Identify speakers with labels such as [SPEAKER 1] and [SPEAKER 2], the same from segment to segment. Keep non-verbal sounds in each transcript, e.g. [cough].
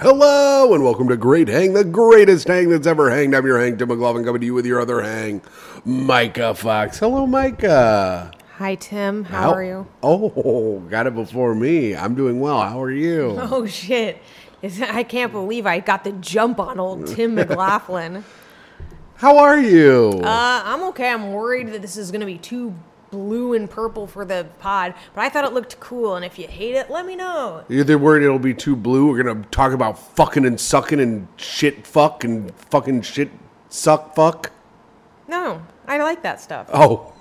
[SPEAKER 1] Hello and welcome to Great Hang, the greatest hang that's ever hanged. I'm your hang, Tim McLaughlin, coming to you with your other hang, Micah Fox. Hello, Micah.
[SPEAKER 2] Hi, Tim. How, are you?
[SPEAKER 1] Oh, got it before me. I'm doing well. How are you?
[SPEAKER 2] Oh, shit. Is- I can't believe I got the jump on old Tim McLaughlin.
[SPEAKER 1] [laughs]
[SPEAKER 2] Uh,
[SPEAKER 1] How are you?
[SPEAKER 2] I'm okay. I'm worried that this is going to be too blue and purple for the pod, but I thought it looked cool. And if you hate it, let me know.
[SPEAKER 1] You're the worried it'll be too blue. We're gonna talk about fucking and sucking and shit fuck and fucking shit suck fuck.
[SPEAKER 2] No, I like that stuff.
[SPEAKER 1] Oh.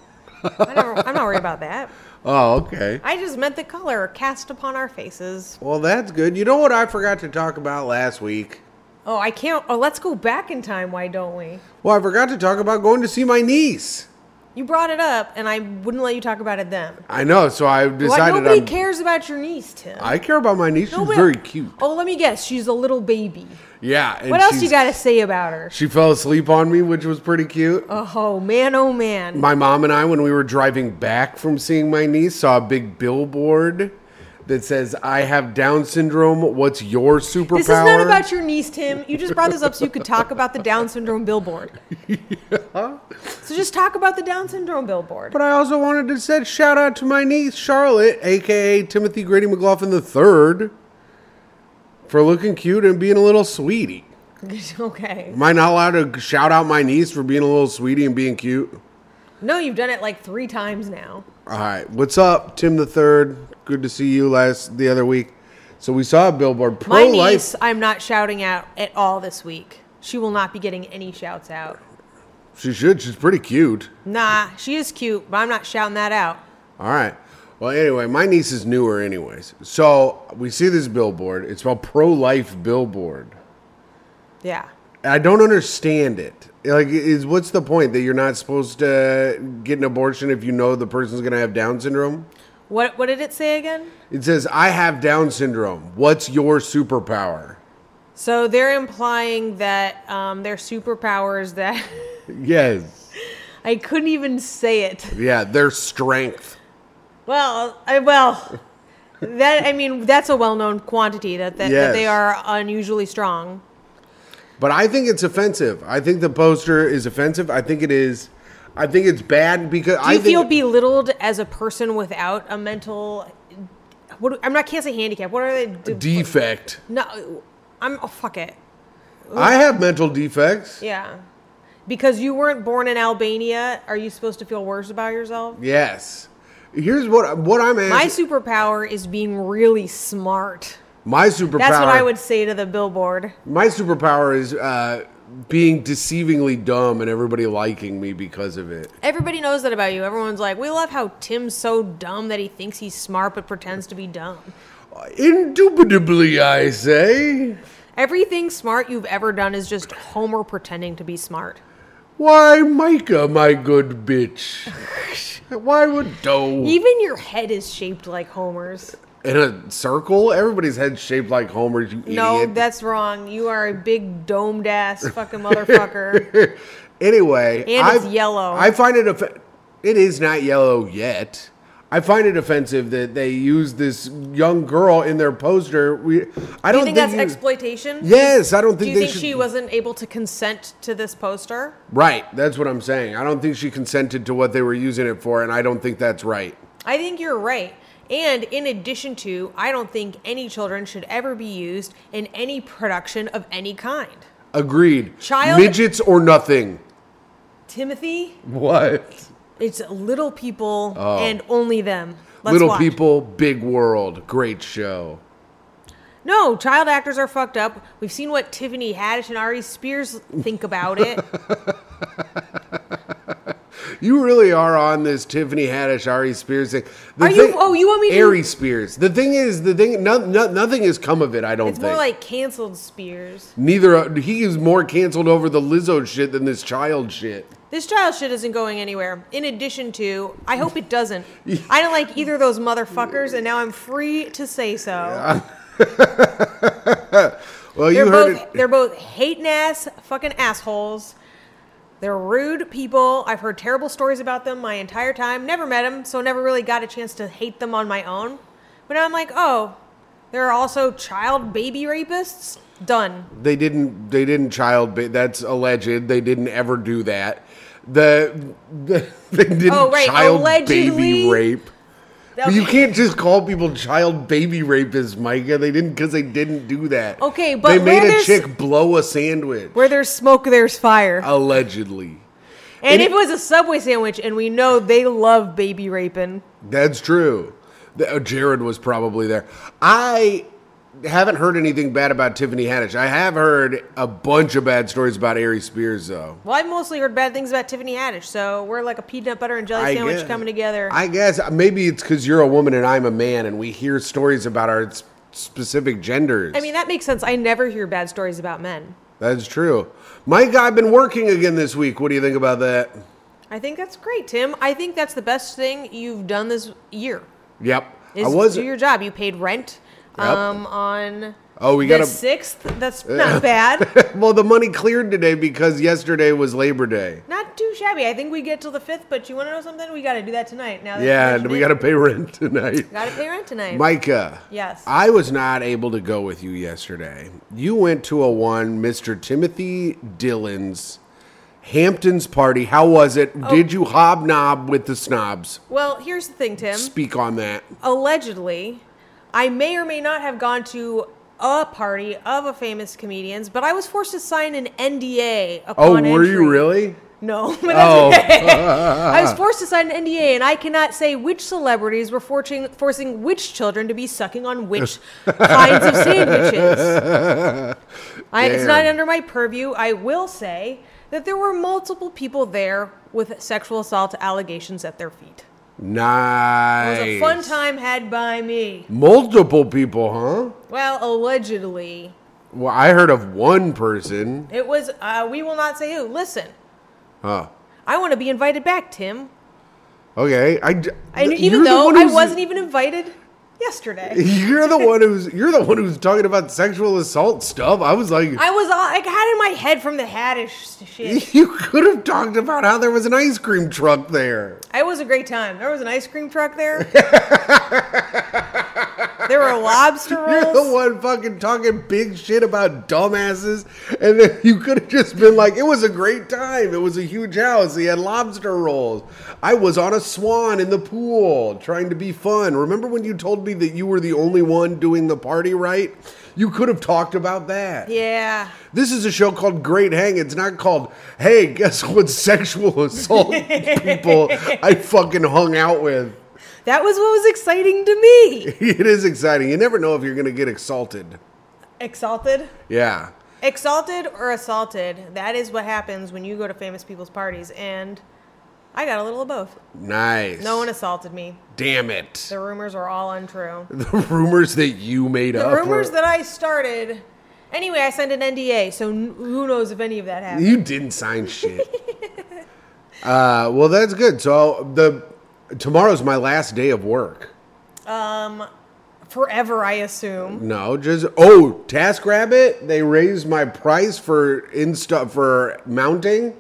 [SPEAKER 2] I don't, I'm not worried about that.
[SPEAKER 1] Oh, okay.
[SPEAKER 2] I just meant the color cast upon our faces.
[SPEAKER 1] Well, that's good. You know what I forgot to talk about last week?
[SPEAKER 2] Oh, I can't. Oh, let's go back in time. Why don't we?
[SPEAKER 1] Well, I forgot to talk about going to see my niece.
[SPEAKER 2] You brought it up, and I wouldn't let you talk about it then.
[SPEAKER 1] I know, so I decided
[SPEAKER 2] Why nobody
[SPEAKER 1] I'm,
[SPEAKER 2] cares about your niece, Tim?
[SPEAKER 1] I care about my niece. She's
[SPEAKER 2] Nobody-
[SPEAKER 1] very cute.
[SPEAKER 2] Oh, let me guess. She's a little baby.
[SPEAKER 1] Yeah. and
[SPEAKER 2] What else
[SPEAKER 1] she's-
[SPEAKER 2] you got to say about her?
[SPEAKER 1] She fell asleep on me, which was pretty cute.
[SPEAKER 2] Oh man, oh man.
[SPEAKER 1] My mom and I, when we were driving back from seeing my niece, saw a big billboard that says, "I have Down syndrome. What's your superpower?"
[SPEAKER 2] This is not about your niece, Tim. You just brought this up so you could talk about the Down
[SPEAKER 1] [laughs]
[SPEAKER 2] syndrome billboard. So just talk about the Down syndrome billboard. [laughs]
[SPEAKER 1] But I also wanted to say shout out to my niece Charlotte, aka Timothy Grady McLaughlin III, for looking cute and being a little sweetie.
[SPEAKER 2] okay.
[SPEAKER 1] Am I not allowed to shout out my niece for being a little sweetie and being cute?
[SPEAKER 2] No, you've done it like three times now.
[SPEAKER 1] All right, what's up, Tim the Third? Good to see you last the other week. So we saw a billboard
[SPEAKER 2] My
[SPEAKER 1] pro life.
[SPEAKER 2] niece, I'm not shouting out at all this week. She will not be getting any shouts out.
[SPEAKER 1] She should. She's pretty cute.
[SPEAKER 2] Nah, she is cute, but I'm not shouting that out.
[SPEAKER 1] All right. Well, anyway, my niece is newer, anyways. So we see this billboard. It's about pro life billboard.
[SPEAKER 2] Yeah.
[SPEAKER 1] And I don't understand it. Like, is what's the point that you're not supposed to get an abortion if you know the person's gonna have Down syndrome?
[SPEAKER 2] What what did it say again?
[SPEAKER 1] It says, "I have Down syndrome. What's your superpower?"
[SPEAKER 2] So they're implying that um, their superpowers that [laughs]
[SPEAKER 1] Yes.
[SPEAKER 2] I couldn't even say it.
[SPEAKER 1] Yeah, their strength.
[SPEAKER 2] Well, I, well, that I mean that's a well-known quantity that that, that they
[SPEAKER 1] Yes.
[SPEAKER 2] are unusually strong.
[SPEAKER 1] But I think it's offensive. I think the poster is offensive. I think it is. I think it's bad because
[SPEAKER 2] Do
[SPEAKER 1] I
[SPEAKER 2] you feel
[SPEAKER 1] think
[SPEAKER 2] belittled as a person without a mental? What do- I'm not can't say handicap. What are they? De-
[SPEAKER 1] defect.
[SPEAKER 2] no, I'm oh fuck it.
[SPEAKER 1] I have mental defects.
[SPEAKER 2] Yeah, because you weren't born in Albania, are you supposed to feel worse about yourself?
[SPEAKER 1] Yes. Here's what what I'm
[SPEAKER 2] My
[SPEAKER 1] asking.
[SPEAKER 2] superpower is being really smart.
[SPEAKER 1] My, superpower.
[SPEAKER 2] That's what I would say to the billboard.
[SPEAKER 1] My superpower is uh, being deceivingly dumb and everybody liking me because of it.
[SPEAKER 2] Everybody knows that about you. Everyone's like, we love how Tim's so dumb that he thinks he's smart but pretends to be dumb.
[SPEAKER 1] Indubitably, I say.
[SPEAKER 2] Everything smart you've ever done is just Homer pretending to be smart.
[SPEAKER 1] Why, Micah, my good bitch? [laughs] Why would doe?
[SPEAKER 2] Even your head is shaped like Homer's.
[SPEAKER 1] In a circle, everybody's head shaped like Homer's. You
[SPEAKER 2] No,
[SPEAKER 1] idiot.
[SPEAKER 2] that's wrong. You are a big
[SPEAKER 1] [laughs]
[SPEAKER 2] domed ass fucking motherfucker.
[SPEAKER 1] Anyway,
[SPEAKER 2] And it's yellow.
[SPEAKER 1] I find it off- it is not yellow yet. I find it offensive that they use this young girl in their poster. We, I
[SPEAKER 2] Do
[SPEAKER 1] don't
[SPEAKER 2] you think that's
[SPEAKER 1] you-
[SPEAKER 2] exploitation?
[SPEAKER 1] Yes, I don't
[SPEAKER 2] Do
[SPEAKER 1] think
[SPEAKER 2] you
[SPEAKER 1] they
[SPEAKER 2] think
[SPEAKER 1] should.
[SPEAKER 2] she wasn't able to consent to this poster?
[SPEAKER 1] right, that's what I'm saying. I don't think she consented to what they were using it for, and I don't think that's right.
[SPEAKER 2] I think you're right. And in addition to, I don't think any children should ever be used in any production of any kind.
[SPEAKER 1] Agreed.
[SPEAKER 2] Child-
[SPEAKER 1] midgets or nothing.
[SPEAKER 2] Timothy,
[SPEAKER 1] What?
[SPEAKER 2] it's little people and only them. Let's
[SPEAKER 1] Oh. Little
[SPEAKER 2] watch.
[SPEAKER 1] people, big world, great show.
[SPEAKER 2] No, child actors are fucked up. We've seen what Tiffany Haddish and Ari Spears think about
[SPEAKER 1] [laughs]
[SPEAKER 2] it.
[SPEAKER 1] You really are on this Tiffany Haddish, Ari Spears thing. The
[SPEAKER 2] Are you- oh, you want me to-
[SPEAKER 1] Ari Spears. The thing is, the thing, no, no, nothing has come of it. I don't
[SPEAKER 2] it's
[SPEAKER 1] think.
[SPEAKER 2] more like canceled Spears.
[SPEAKER 1] Neither of- he is more canceled over the Lizzo shit than this child shit.
[SPEAKER 2] This child shit isn't going anywhere. In addition to, I hope
[SPEAKER 1] [laughs]
[SPEAKER 2] it doesn't. I don't like either of those motherfuckers, and now I'm free to say so.
[SPEAKER 1] Well,
[SPEAKER 2] They're
[SPEAKER 1] you heard
[SPEAKER 2] both
[SPEAKER 1] it.
[SPEAKER 2] they're both hating ass fucking assholes. They're rude people. I've heard terrible stories about them my entire time. Never met them, so never really got a chance to hate them on my own. But now I'm like, oh, There are also child baby rapists. Done.
[SPEAKER 1] They didn't. They didn't child. Ba- that's alleged. They didn't ever do that. The, the [laughs] they didn't
[SPEAKER 2] Oh, right,
[SPEAKER 1] child baby
[SPEAKER 2] allegedly.
[SPEAKER 1] rape. But you
[SPEAKER 2] Okay.
[SPEAKER 1] can't just call people child baby rapists, Micah. They didn't because they didn't do that.
[SPEAKER 2] Okay, but
[SPEAKER 1] they made
[SPEAKER 2] where
[SPEAKER 1] a
[SPEAKER 2] there's-
[SPEAKER 1] chick blow a sandwich
[SPEAKER 2] Where there's smoke, there's fire.
[SPEAKER 1] allegedly. Uh, it-
[SPEAKER 2] and if it was a Subway sandwich, and we know they love baby raping.
[SPEAKER 1] That's true. The- uh, Jared was probably there. I haven't heard anything bad about Tiffany Haddish. I have heard a bunch of bad stories about Ari Spears, though.
[SPEAKER 2] Well, I've mostly heard bad things about Tiffany Haddish, so we're like a peanut butter and jelly
[SPEAKER 1] I
[SPEAKER 2] sandwich
[SPEAKER 1] guess-
[SPEAKER 2] coming together.
[SPEAKER 1] I guess maybe it's because you're a woman and I'm a man, and we hear stories about our s- specific genders.
[SPEAKER 2] I mean, that makes sense. I never hear bad stories about men.
[SPEAKER 1] that's true. Mike, I've been working again this week. What do you think about that?
[SPEAKER 2] I think that's great, Tim. I think that's the best thing you've done this year.
[SPEAKER 1] Yep,
[SPEAKER 2] Is
[SPEAKER 1] I was.
[SPEAKER 2] do your job. You paid rent
[SPEAKER 1] Yep.
[SPEAKER 2] um, on
[SPEAKER 1] Oh, we
[SPEAKER 2] the
[SPEAKER 1] gotta-
[SPEAKER 2] sixth. That's not
[SPEAKER 1] [laughs] [laughs]
[SPEAKER 2] bad.
[SPEAKER 1] well, the money cleared today because yesterday was Labor Day.
[SPEAKER 2] Not too shabby. I think we get till the fifth. But you want to know something? We got to do that tonight. Now, that you
[SPEAKER 1] Yeah, and
[SPEAKER 2] mention
[SPEAKER 1] we
[SPEAKER 2] it.
[SPEAKER 1] got to pay rent tonight.
[SPEAKER 2] Gotta pay rent tonight.
[SPEAKER 1] Micah.
[SPEAKER 2] Yes.
[SPEAKER 1] I was not able to go with you yesterday. You went to a one, Mr. Timothy Dillon's Hamptons party. How was it?
[SPEAKER 2] Oh.
[SPEAKER 1] Did you hobnob with the snobs?
[SPEAKER 2] well, here's the thing, Tim.
[SPEAKER 1] Speak on that.
[SPEAKER 2] Allegedly, I may or may not have gone to a party of a famous comedian's, but I was forced to sign an NDA
[SPEAKER 1] Oh,
[SPEAKER 2] upon
[SPEAKER 1] were you
[SPEAKER 2] entry. [laughs]
[SPEAKER 1] really?
[SPEAKER 2] No, but that's
[SPEAKER 1] Oh.
[SPEAKER 2] okay.
[SPEAKER 1] Uh-huh.
[SPEAKER 2] I was forced to sign an NDA, and I cannot say which celebrities were forcing, forcing which children to be sucking
[SPEAKER 1] [laughs]
[SPEAKER 2] on which kinds of sandwiches. I, it's not
[SPEAKER 1] Damn.
[SPEAKER 2] under my purview. I will say that there were multiple people there with sexual assault allegations at their feet. It
[SPEAKER 1] Nice.
[SPEAKER 2] was a fun time had by me.
[SPEAKER 1] Multiple people, huh?
[SPEAKER 2] Well, allegedly,
[SPEAKER 1] Well, I heard of one person.
[SPEAKER 2] it was. Uh, we will not say who. Listen,
[SPEAKER 1] Huh.
[SPEAKER 2] I want to be invited back, Tim.
[SPEAKER 1] Okay. I, d-
[SPEAKER 2] And
[SPEAKER 1] th-
[SPEAKER 2] even
[SPEAKER 1] you're the
[SPEAKER 2] though
[SPEAKER 1] one
[SPEAKER 2] I
[SPEAKER 1] who's- [laughs]
[SPEAKER 2] wasn't even invited yesterday.
[SPEAKER 1] You're the one who's you're the one who's talking about sexual assault stuff. I was like,
[SPEAKER 2] I was all, I had in my head from the Haddish
[SPEAKER 1] [laughs]
[SPEAKER 2] shit.
[SPEAKER 1] You could have talked about how there was an ice cream truck there.
[SPEAKER 2] It was a great time. There was an ice cream truck there. there were lobster
[SPEAKER 1] You're the
[SPEAKER 2] rolls.
[SPEAKER 1] one fucking talking big shit about dumbasses, and then [laughs] you could have just been like, "It was a great time. It was a huge house. He had lobster rolls. I was on a swan in the pool, trying to be fun. Remember when you told me that you were the only one doing the party right? You could have talked about that.
[SPEAKER 2] Yeah.
[SPEAKER 1] This is a show called Great Hang. It's not called, hey, guess what sexual [laughs] assault people I fucking hung out with.
[SPEAKER 2] That was what was exciting to me.
[SPEAKER 1] [laughs] It is exciting. You never know if you're going to get exalted.
[SPEAKER 2] Exalted.
[SPEAKER 1] Yeah.
[SPEAKER 2] Exalted or assaulted. That is what happens when you go to famous people's parties. And I got a little of both.
[SPEAKER 1] Nice.
[SPEAKER 2] No one assaulted me.
[SPEAKER 1] Damn it. [laughs]
[SPEAKER 2] The rumors are all untrue.
[SPEAKER 1] The rumors that you made
[SPEAKER 2] The
[SPEAKER 1] up. were-
[SPEAKER 2] rumors that I started. Anyway, I signed an NDA, so n- who knows if any of that happened.
[SPEAKER 1] You didn't sign shit. [laughs] uh, well, that's good. So the tomorrow's my last day of work.
[SPEAKER 2] Um, forever, I assume.
[SPEAKER 1] No, just oh, TaskRabbit. They raised my price for insta for mounting,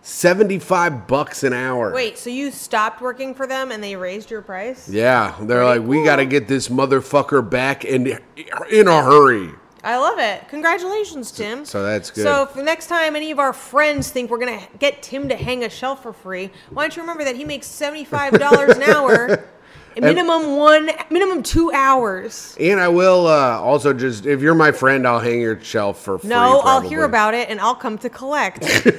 [SPEAKER 1] seventy five bucks an hour.
[SPEAKER 2] Wait, so you stopped working for them and they raised your price?
[SPEAKER 1] Yeah, they're like, we
[SPEAKER 2] cool.
[SPEAKER 1] got to get this motherfucker back and in a hurry.
[SPEAKER 2] I love it. Congratulations, Tim.
[SPEAKER 1] so that's good.
[SPEAKER 2] So if the next time any of our friends think we're gonna get Tim to hang a shelf for free, why don't you remember that he makes seventy-five
[SPEAKER 1] [laughs]
[SPEAKER 2] dollars an hour, and minimum one, minimum two hours.
[SPEAKER 1] And I will uh, also just if you're my friend, I'll hang your shelf for free.
[SPEAKER 2] No, I'll hear
[SPEAKER 1] probably.
[SPEAKER 2] about it and I'll come to collect.
[SPEAKER 1] [laughs]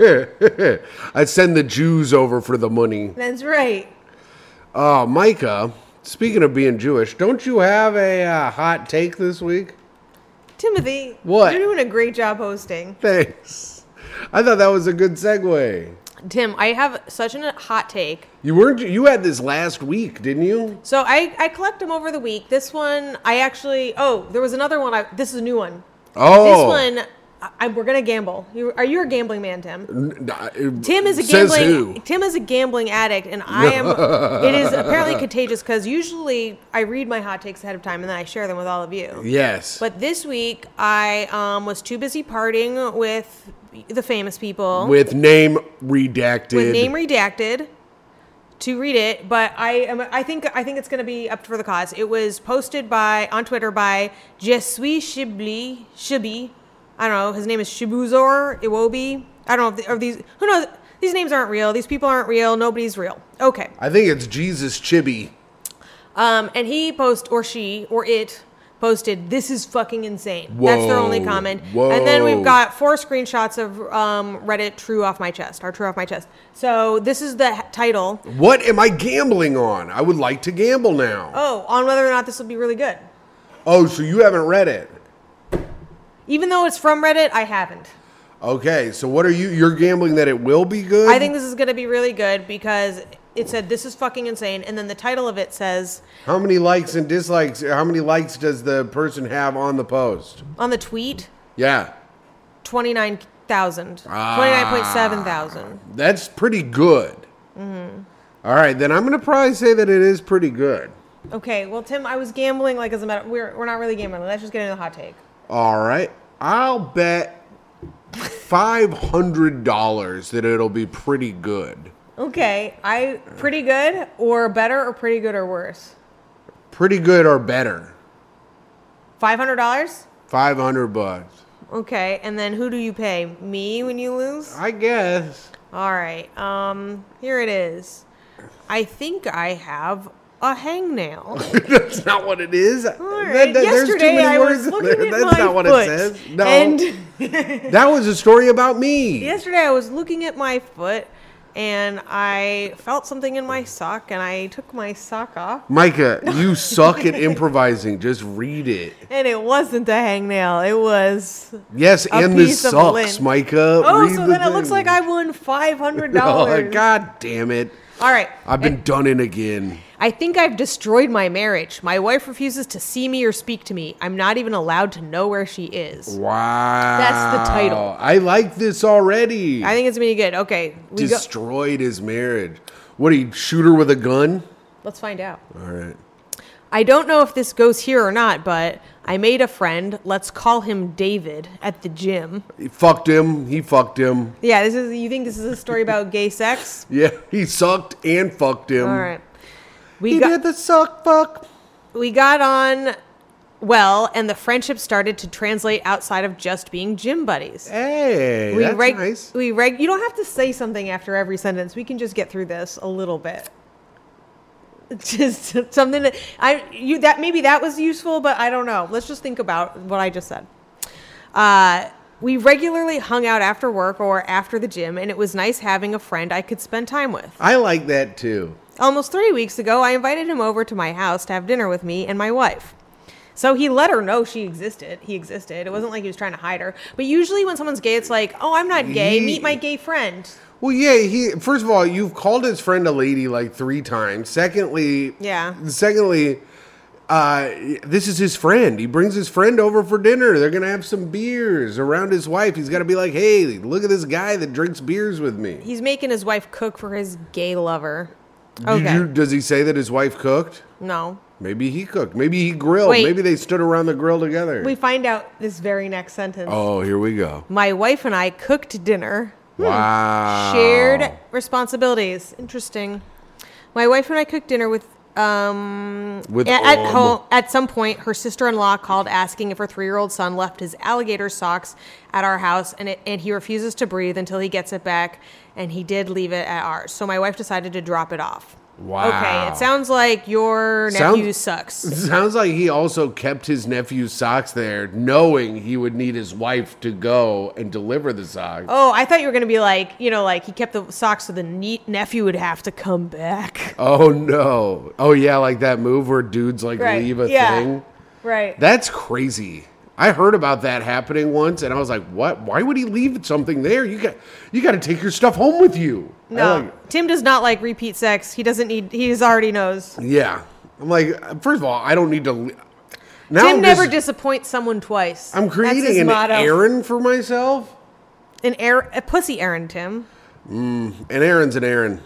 [SPEAKER 1] I send the Jews over for the money.
[SPEAKER 2] That's right.
[SPEAKER 1] Oh, Micah. Speaking of being Jewish, don't you have a uh, hot take this week? [laughs]
[SPEAKER 2] Timothy,
[SPEAKER 1] What?
[SPEAKER 2] You're doing a great job hosting.
[SPEAKER 1] Thanks. I thought that was a good segue.
[SPEAKER 2] Tim, I have such a hot take.
[SPEAKER 1] You weren't. You had this last week, didn't you?
[SPEAKER 2] So I, I collect them over the week. This one, I actually, oh, there was another one. I, this is a new one.
[SPEAKER 1] Oh.
[SPEAKER 2] This one, I, I- we're going to gamble. You, are you a gambling man, Tim?
[SPEAKER 1] N- n-
[SPEAKER 2] Tim is a
[SPEAKER 1] Says
[SPEAKER 2] gambling
[SPEAKER 1] who?
[SPEAKER 2] Tim is a gambling addict and
[SPEAKER 1] [laughs]
[SPEAKER 2] I am it is apparently contagious cuz usually I read my hot takes ahead of time and then I share them with all of you.
[SPEAKER 1] Yes.
[SPEAKER 2] But this week I um, was too busy partying with the famous people
[SPEAKER 1] with name redacted.
[SPEAKER 2] with name redacted to read it, but I am. I think I think it's going to be up for the cause. It was posted by on Twitter by Jesui Shibli Shibi. I don't know. His name is Shibuzor Iwobi. I don't know. If the, are these who knows? These names aren't real. These people aren't real. Nobody's real. Okay.
[SPEAKER 1] I think it's Jesus Chibi.
[SPEAKER 2] Um, and he post or she or it posted, "This is fucking insane." That's their
[SPEAKER 1] Whoa,
[SPEAKER 2] only comment.
[SPEAKER 1] whoa.
[SPEAKER 2] And then we've got four screenshots of um, Reddit "True Off My Chest" or "True Off My Chest." So this is the h- title.
[SPEAKER 1] What am I gambling on? I would like to gamble now.
[SPEAKER 2] Oh, on whether or not this will be really good.
[SPEAKER 1] oh, so you haven't read it.
[SPEAKER 2] Even though it's from Reddit, I haven't.
[SPEAKER 1] Okay, so what are you? You're gambling that it will be good.
[SPEAKER 2] I think this is going to be really good because it said this is fucking insane, and then the title of it says
[SPEAKER 1] How many likes and dislikes? How many likes does the person have on the post?
[SPEAKER 2] on the tweet
[SPEAKER 1] Yeah,
[SPEAKER 2] twenty nine thousand, twenty nine point seven thousand.
[SPEAKER 1] that's pretty good.
[SPEAKER 2] Mm-hmm.
[SPEAKER 1] All right, then I'm gonna probably say that it is pretty good.
[SPEAKER 2] Okay, well, Tim, I was gambling like as a matter. We're we're not really gambling. Let's just get into the hot take.
[SPEAKER 1] All right, I'll bet five hundred dollars that it'll be pretty good.
[SPEAKER 2] Okay, I pretty good or better or pretty good or worse.
[SPEAKER 1] Pretty good or better.
[SPEAKER 2] Five hundred dollars.
[SPEAKER 1] Five hundred bucks.
[SPEAKER 2] Okay, and then who do you pay? Me when you lose.
[SPEAKER 1] I guess.
[SPEAKER 2] All right. Um, here it is. I think I have a hangnail.
[SPEAKER 1] That's not what it is.
[SPEAKER 2] Alright,
[SPEAKER 1] [laughs] That- that- there's too
[SPEAKER 2] Yesterday
[SPEAKER 1] many
[SPEAKER 2] I
[SPEAKER 1] words
[SPEAKER 2] was
[SPEAKER 1] in
[SPEAKER 2] looking
[SPEAKER 1] there.
[SPEAKER 2] at
[SPEAKER 1] That's
[SPEAKER 2] my
[SPEAKER 1] not what it
[SPEAKER 2] foot,
[SPEAKER 1] says. No. [laughs]
[SPEAKER 2] And [laughs]
[SPEAKER 1] that was a story about me.
[SPEAKER 2] yesterday I was looking at my foot, and I felt something in my sock, and I took my sock off, [laughs]
[SPEAKER 1] Micah, you suck at improvising. Just read it.
[SPEAKER 2] and it wasn't a hangnail. It was.
[SPEAKER 1] Yes, and this
[SPEAKER 2] piece of
[SPEAKER 1] sucks,
[SPEAKER 2] lint.
[SPEAKER 1] Micah.
[SPEAKER 2] Oh,
[SPEAKER 1] Read
[SPEAKER 2] so
[SPEAKER 1] the
[SPEAKER 2] then it looks
[SPEAKER 1] thing.
[SPEAKER 2] like I won five hundred
[SPEAKER 1] [laughs] Oh,
[SPEAKER 2] dollars.
[SPEAKER 1] God damn it.
[SPEAKER 2] All right.
[SPEAKER 1] I've been done in again.
[SPEAKER 2] I think I've destroyed my marriage. My wife refuses to see me or speak to me. I'm not even allowed to know where she is.
[SPEAKER 1] Wow.
[SPEAKER 2] That's the title.
[SPEAKER 1] I like this already.
[SPEAKER 2] I think it's gonna be good. Okay, we go.
[SPEAKER 1] Destroyed his marriage. What, he shoot her with a gun?
[SPEAKER 2] Let's find out.
[SPEAKER 1] All right.
[SPEAKER 2] I don't know if this goes here or not, but I made a friend. Let's call him David at the gym.
[SPEAKER 1] He fucked him. He fucked him.
[SPEAKER 2] Yeah, this is. You think this is a story
[SPEAKER 1] [laughs]
[SPEAKER 2] about gay sex?
[SPEAKER 1] Yeah, he sucked and fucked him.
[SPEAKER 2] All right. We
[SPEAKER 1] Um, He
[SPEAKER 2] got
[SPEAKER 1] did the suck fuck.
[SPEAKER 2] we got on well, and the friendship started to translate outside of just being gym buddies.
[SPEAKER 1] Hey,
[SPEAKER 2] We
[SPEAKER 1] that's
[SPEAKER 2] reg-
[SPEAKER 1] nice.
[SPEAKER 2] we reg- you don't have to say something after every sentence. We can just get through this a little bit. [laughs] Just something that I you that maybe that was useful, but I don't know. Let's just think about what I just said. Uh we regularly hung out after work or after the gym, and it was nice having a friend I could spend time with.
[SPEAKER 1] I like that too.
[SPEAKER 2] Almost three weeks ago, I invited him over to my house to have dinner with me and my wife. So he let her know she existed. He existed. It wasn't like he was trying to hide her. But usually, when someone's gay, it's like, oh, I'm not gay.
[SPEAKER 1] Ye-
[SPEAKER 2] Meet my gay friend.
[SPEAKER 1] Well, yeah. He first of all, you've called his friend a lady like three times. Secondly,
[SPEAKER 2] Yeah.
[SPEAKER 1] Secondly, uh, this is his friend. He brings his friend over for dinner. They're gonna have some beers around his wife. He's got to be like, "Hey, look at this guy that drinks beers with me."
[SPEAKER 2] He's making his wife cook for his gay lover.
[SPEAKER 1] Did
[SPEAKER 2] Okay.
[SPEAKER 1] you- does he say that his wife cooked?
[SPEAKER 2] no.
[SPEAKER 1] Maybe he cooked. Maybe he grilled.
[SPEAKER 2] Wait.
[SPEAKER 1] Maybe they stood around the grill together.
[SPEAKER 2] We find out this very next sentence.
[SPEAKER 1] oh, here we go.
[SPEAKER 2] My wife and I cooked dinner.
[SPEAKER 1] Wow.
[SPEAKER 2] Hmm. Shared responsibilities. Interesting. My wife and I cooked dinner with um
[SPEAKER 1] With
[SPEAKER 2] at, at
[SPEAKER 1] um.
[SPEAKER 2] home at some point her sister-in-law called asking if her 3-year-old son left his alligator socks at our house and it, and he refuses to breathe until he gets it back and he did leave it at ours. So my wife decided to drop it off. Okay,
[SPEAKER 1] Wow.
[SPEAKER 2] it sounds like your
[SPEAKER 1] Sounds-
[SPEAKER 2] nephew sucks.
[SPEAKER 1] Sounds like he also kept his nephew's socks there, knowing he would need his wife to go and deliver the socks. Oh,
[SPEAKER 2] Oh, I thought you were going to be like, you know, like he kept the socks so the ne- nephew would have to come back.
[SPEAKER 1] no! Oh yeah, like that move where dudes like
[SPEAKER 2] Right,
[SPEAKER 1] leave a
[SPEAKER 2] yeah.
[SPEAKER 1] thing.
[SPEAKER 2] Right.
[SPEAKER 1] That's crazy. I heard about that happening once, and I was like, "What? Why would he leave something there? You got you got to take your stuff home with you." I
[SPEAKER 2] no.
[SPEAKER 1] like-
[SPEAKER 2] Tim does not like repeat sex. He doesn't need, he's already knows.
[SPEAKER 1] yeah. I'm like, first of all, I don't need to. Le- now
[SPEAKER 2] Tim
[SPEAKER 1] I'm
[SPEAKER 2] never
[SPEAKER 1] just-
[SPEAKER 2] disappoints someone twice.
[SPEAKER 1] I'm
[SPEAKER 2] That's his
[SPEAKER 1] creating an
[SPEAKER 2] motto.
[SPEAKER 1] errand for myself.
[SPEAKER 2] An air, a pussy errand, Tim.
[SPEAKER 1] An errand's an errand.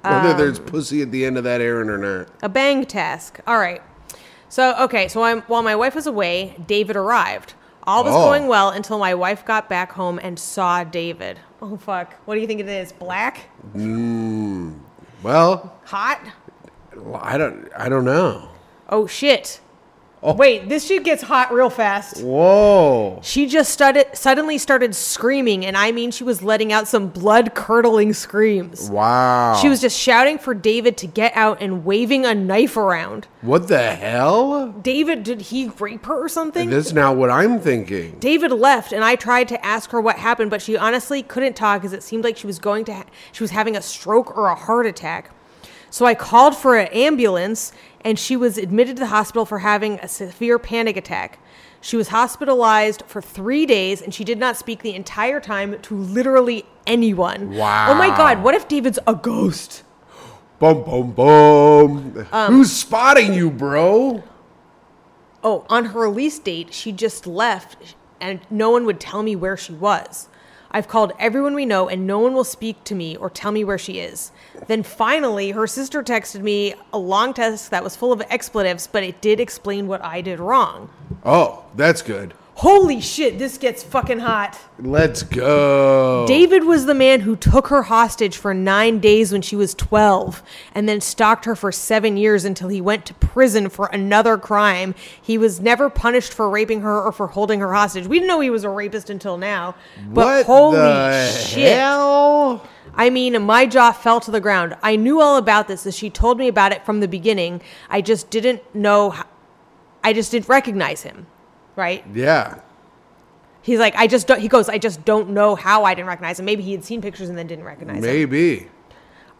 [SPEAKER 1] Whether there's
[SPEAKER 2] Um,
[SPEAKER 1] pussy at the end of that errand or not.
[SPEAKER 2] A bang task. All right. So, okay, so I'm, while my wife was away, David arrived. All was
[SPEAKER 1] Oh.
[SPEAKER 2] going well until my wife got back home and saw David. Oh, fuck. What do you think it is? Black?
[SPEAKER 1] Hmm. Well,
[SPEAKER 2] Hot?
[SPEAKER 1] I don't. I don't know.
[SPEAKER 2] Oh shit. Wait, this shit gets hot real fast.
[SPEAKER 1] Whoa.
[SPEAKER 2] She just started, suddenly started screaming, and I mean, she was letting out some blood curdling screams.
[SPEAKER 1] Wow.
[SPEAKER 2] She was just shouting for David to get out and waving a knife around.
[SPEAKER 1] What the hell?
[SPEAKER 2] David, did he rape her or something?
[SPEAKER 1] That's now what I'm thinking.
[SPEAKER 2] David left, and I tried to ask her what happened, but she honestly couldn't talk as it seemed like she was going to ha- she was having a stroke or a heart attack. So I called for an ambulance, and she was admitted to the hospital for having a severe panic attack. She was hospitalized for three days, and she did not speak the entire time to literally anyone. Oh my
[SPEAKER 1] Wow.
[SPEAKER 2] God! What if David's a ghost?
[SPEAKER 1] Boom, boom, boom.
[SPEAKER 2] Um,
[SPEAKER 1] Who's spotting you, bro?
[SPEAKER 2] Oh, on her release date, she just left and no one would tell me where she was. I've called everyone we know and no one will speak to me or tell me where she is. Then finally, her sister texted me a long text that was full of expletives, but it did explain what I did wrong.
[SPEAKER 1] Oh, that's good.
[SPEAKER 2] Holy shit, this gets fucking hot.
[SPEAKER 1] Let's go.
[SPEAKER 2] David was the man who took her hostage for nine days when she was 12 and then stalked her for seven years until he went to prison for another crime. He was never punished for raping her or for holding her hostage. We didn't know he was a rapist until now.
[SPEAKER 1] what
[SPEAKER 2] But holy
[SPEAKER 1] the
[SPEAKER 2] shit.
[SPEAKER 1] hell?
[SPEAKER 2] I mean, my jaw fell to the ground. I knew all about this as she told me about it from the beginning. I just didn't know. How, I just didn't recognize him, right?
[SPEAKER 1] Yeah.
[SPEAKER 2] He's like, I just don't. He goes, I just don't know how I didn't recognize him. Maybe he had seen pictures and then didn't recognize him.
[SPEAKER 1] Maybe.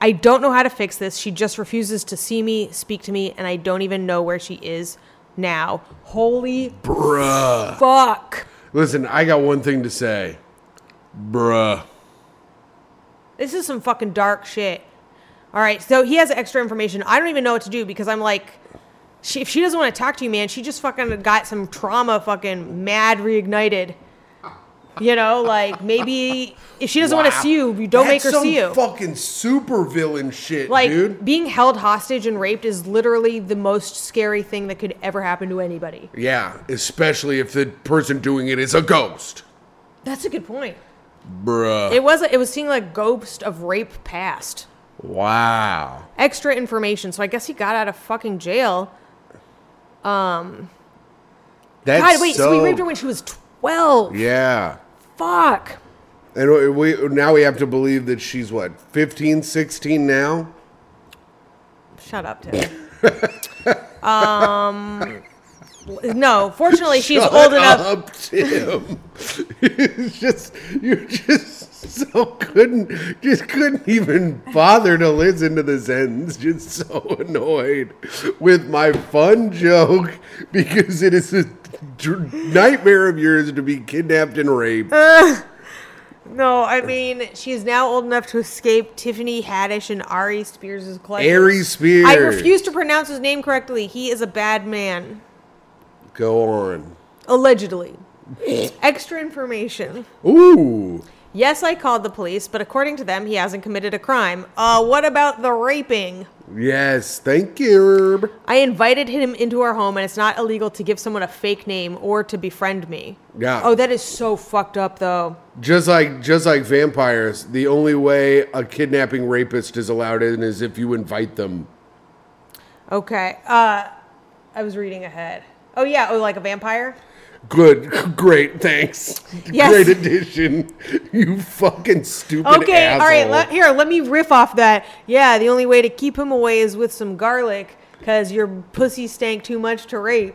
[SPEAKER 2] I don't know how to fix this. She just refuses to see me, speak to me, and I don't even know where she is now. Holy
[SPEAKER 1] Bruh.
[SPEAKER 2] fuck.
[SPEAKER 1] Listen, I got one thing to say. Bruh.
[SPEAKER 2] This is some fucking dark shit. All right, so he has extra information. I don't even know what to do because I'm like, she, if she doesn't want to talk to you, man, she just fucking got some trauma fucking mad reignited. You know, like maybe if she doesn't want to
[SPEAKER 1] Wow.
[SPEAKER 2] see you, you don't
[SPEAKER 1] That's
[SPEAKER 2] make her
[SPEAKER 1] some
[SPEAKER 2] see you.
[SPEAKER 1] Fucking supervillain shit,
[SPEAKER 2] like
[SPEAKER 1] dude.
[SPEAKER 2] being held hostage and raped is literally the most scary thing that could ever happen to anybody.
[SPEAKER 1] Yeah, especially if the person doing it is a ghost.
[SPEAKER 2] That's a good point.
[SPEAKER 1] Bruh.
[SPEAKER 2] It was it was seeing like ghost of rape past.
[SPEAKER 1] wow.
[SPEAKER 2] Extra information. So I guess he got out of fucking jail.
[SPEAKER 1] That's
[SPEAKER 2] God, wait. So, we raped her when she was twelve.
[SPEAKER 1] Yeah.
[SPEAKER 2] Fuck.
[SPEAKER 1] And we now we have to believe that she's what, 15, 16 now?
[SPEAKER 2] Shut up, Tim.
[SPEAKER 1] [laughs]
[SPEAKER 2] um, no. Fortunately, she's old enough.
[SPEAKER 1] Up, Tim. [laughs] it's just you just so couldn't just couldn't even bother to listen to this ends. Just so annoyed with my fun joke because it is a dr- nightmare of yours to be kidnapped and raped.
[SPEAKER 2] No, I mean she's now old enough to escape Tiffany Haddish and Ari Spears' clutches.
[SPEAKER 1] Ari Spears.
[SPEAKER 2] I refuse to pronounce his name correctly. He is a bad man,
[SPEAKER 1] Go on. [laughs]
[SPEAKER 2] allegedly. Extra information.
[SPEAKER 1] Ooh.
[SPEAKER 2] Yes, I called the police, but according to them, he hasn't committed a crime. Uh, what about the raping?
[SPEAKER 1] Yes. Thank you.
[SPEAKER 2] I invited him into our home, and it's not illegal to give someone a fake name or to befriend me.
[SPEAKER 1] Yeah.
[SPEAKER 2] Oh, that is so fucked up, though.
[SPEAKER 1] Just like just like vampires, the only way a kidnapping rapist is allowed in is if you invite them.
[SPEAKER 2] Okay. Uh, I was reading ahead. Oh yeah. Oh, like a vampire.
[SPEAKER 1] Good, [laughs] great, thanks.
[SPEAKER 2] Yes.
[SPEAKER 1] Great addition. You fucking stupid
[SPEAKER 2] Okay.
[SPEAKER 1] asshole.
[SPEAKER 2] All right. Let, here, let me riff off that. Yeah. The only way to keep him away is with some garlic, cause your pussy stank too much to rape.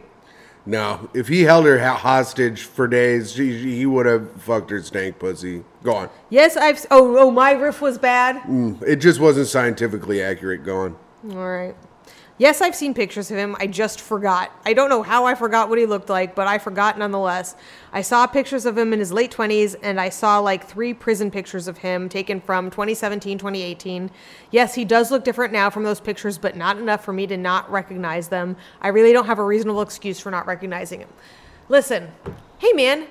[SPEAKER 1] no, if he held her ho- hostage for days, she, she- he would have fucked her stank pussy. Go on.
[SPEAKER 2] Yes, I've. s- Oh, oh, my riff was bad.
[SPEAKER 1] Mm, It just wasn't scientifically accurate. Go on.
[SPEAKER 2] All right. Yes, I've seen pictures of him. I just forgot. I don't know how I forgot what he looked like, but I forgot nonetheless. I saw pictures of him in his late 20s, and I saw like three prison pictures of him taken from 2017, 2018. Yes, he does look different now from those pictures, but not enough for me to not recognize them. I really don't have a reasonable excuse for not recognizing him. Listen, hey man,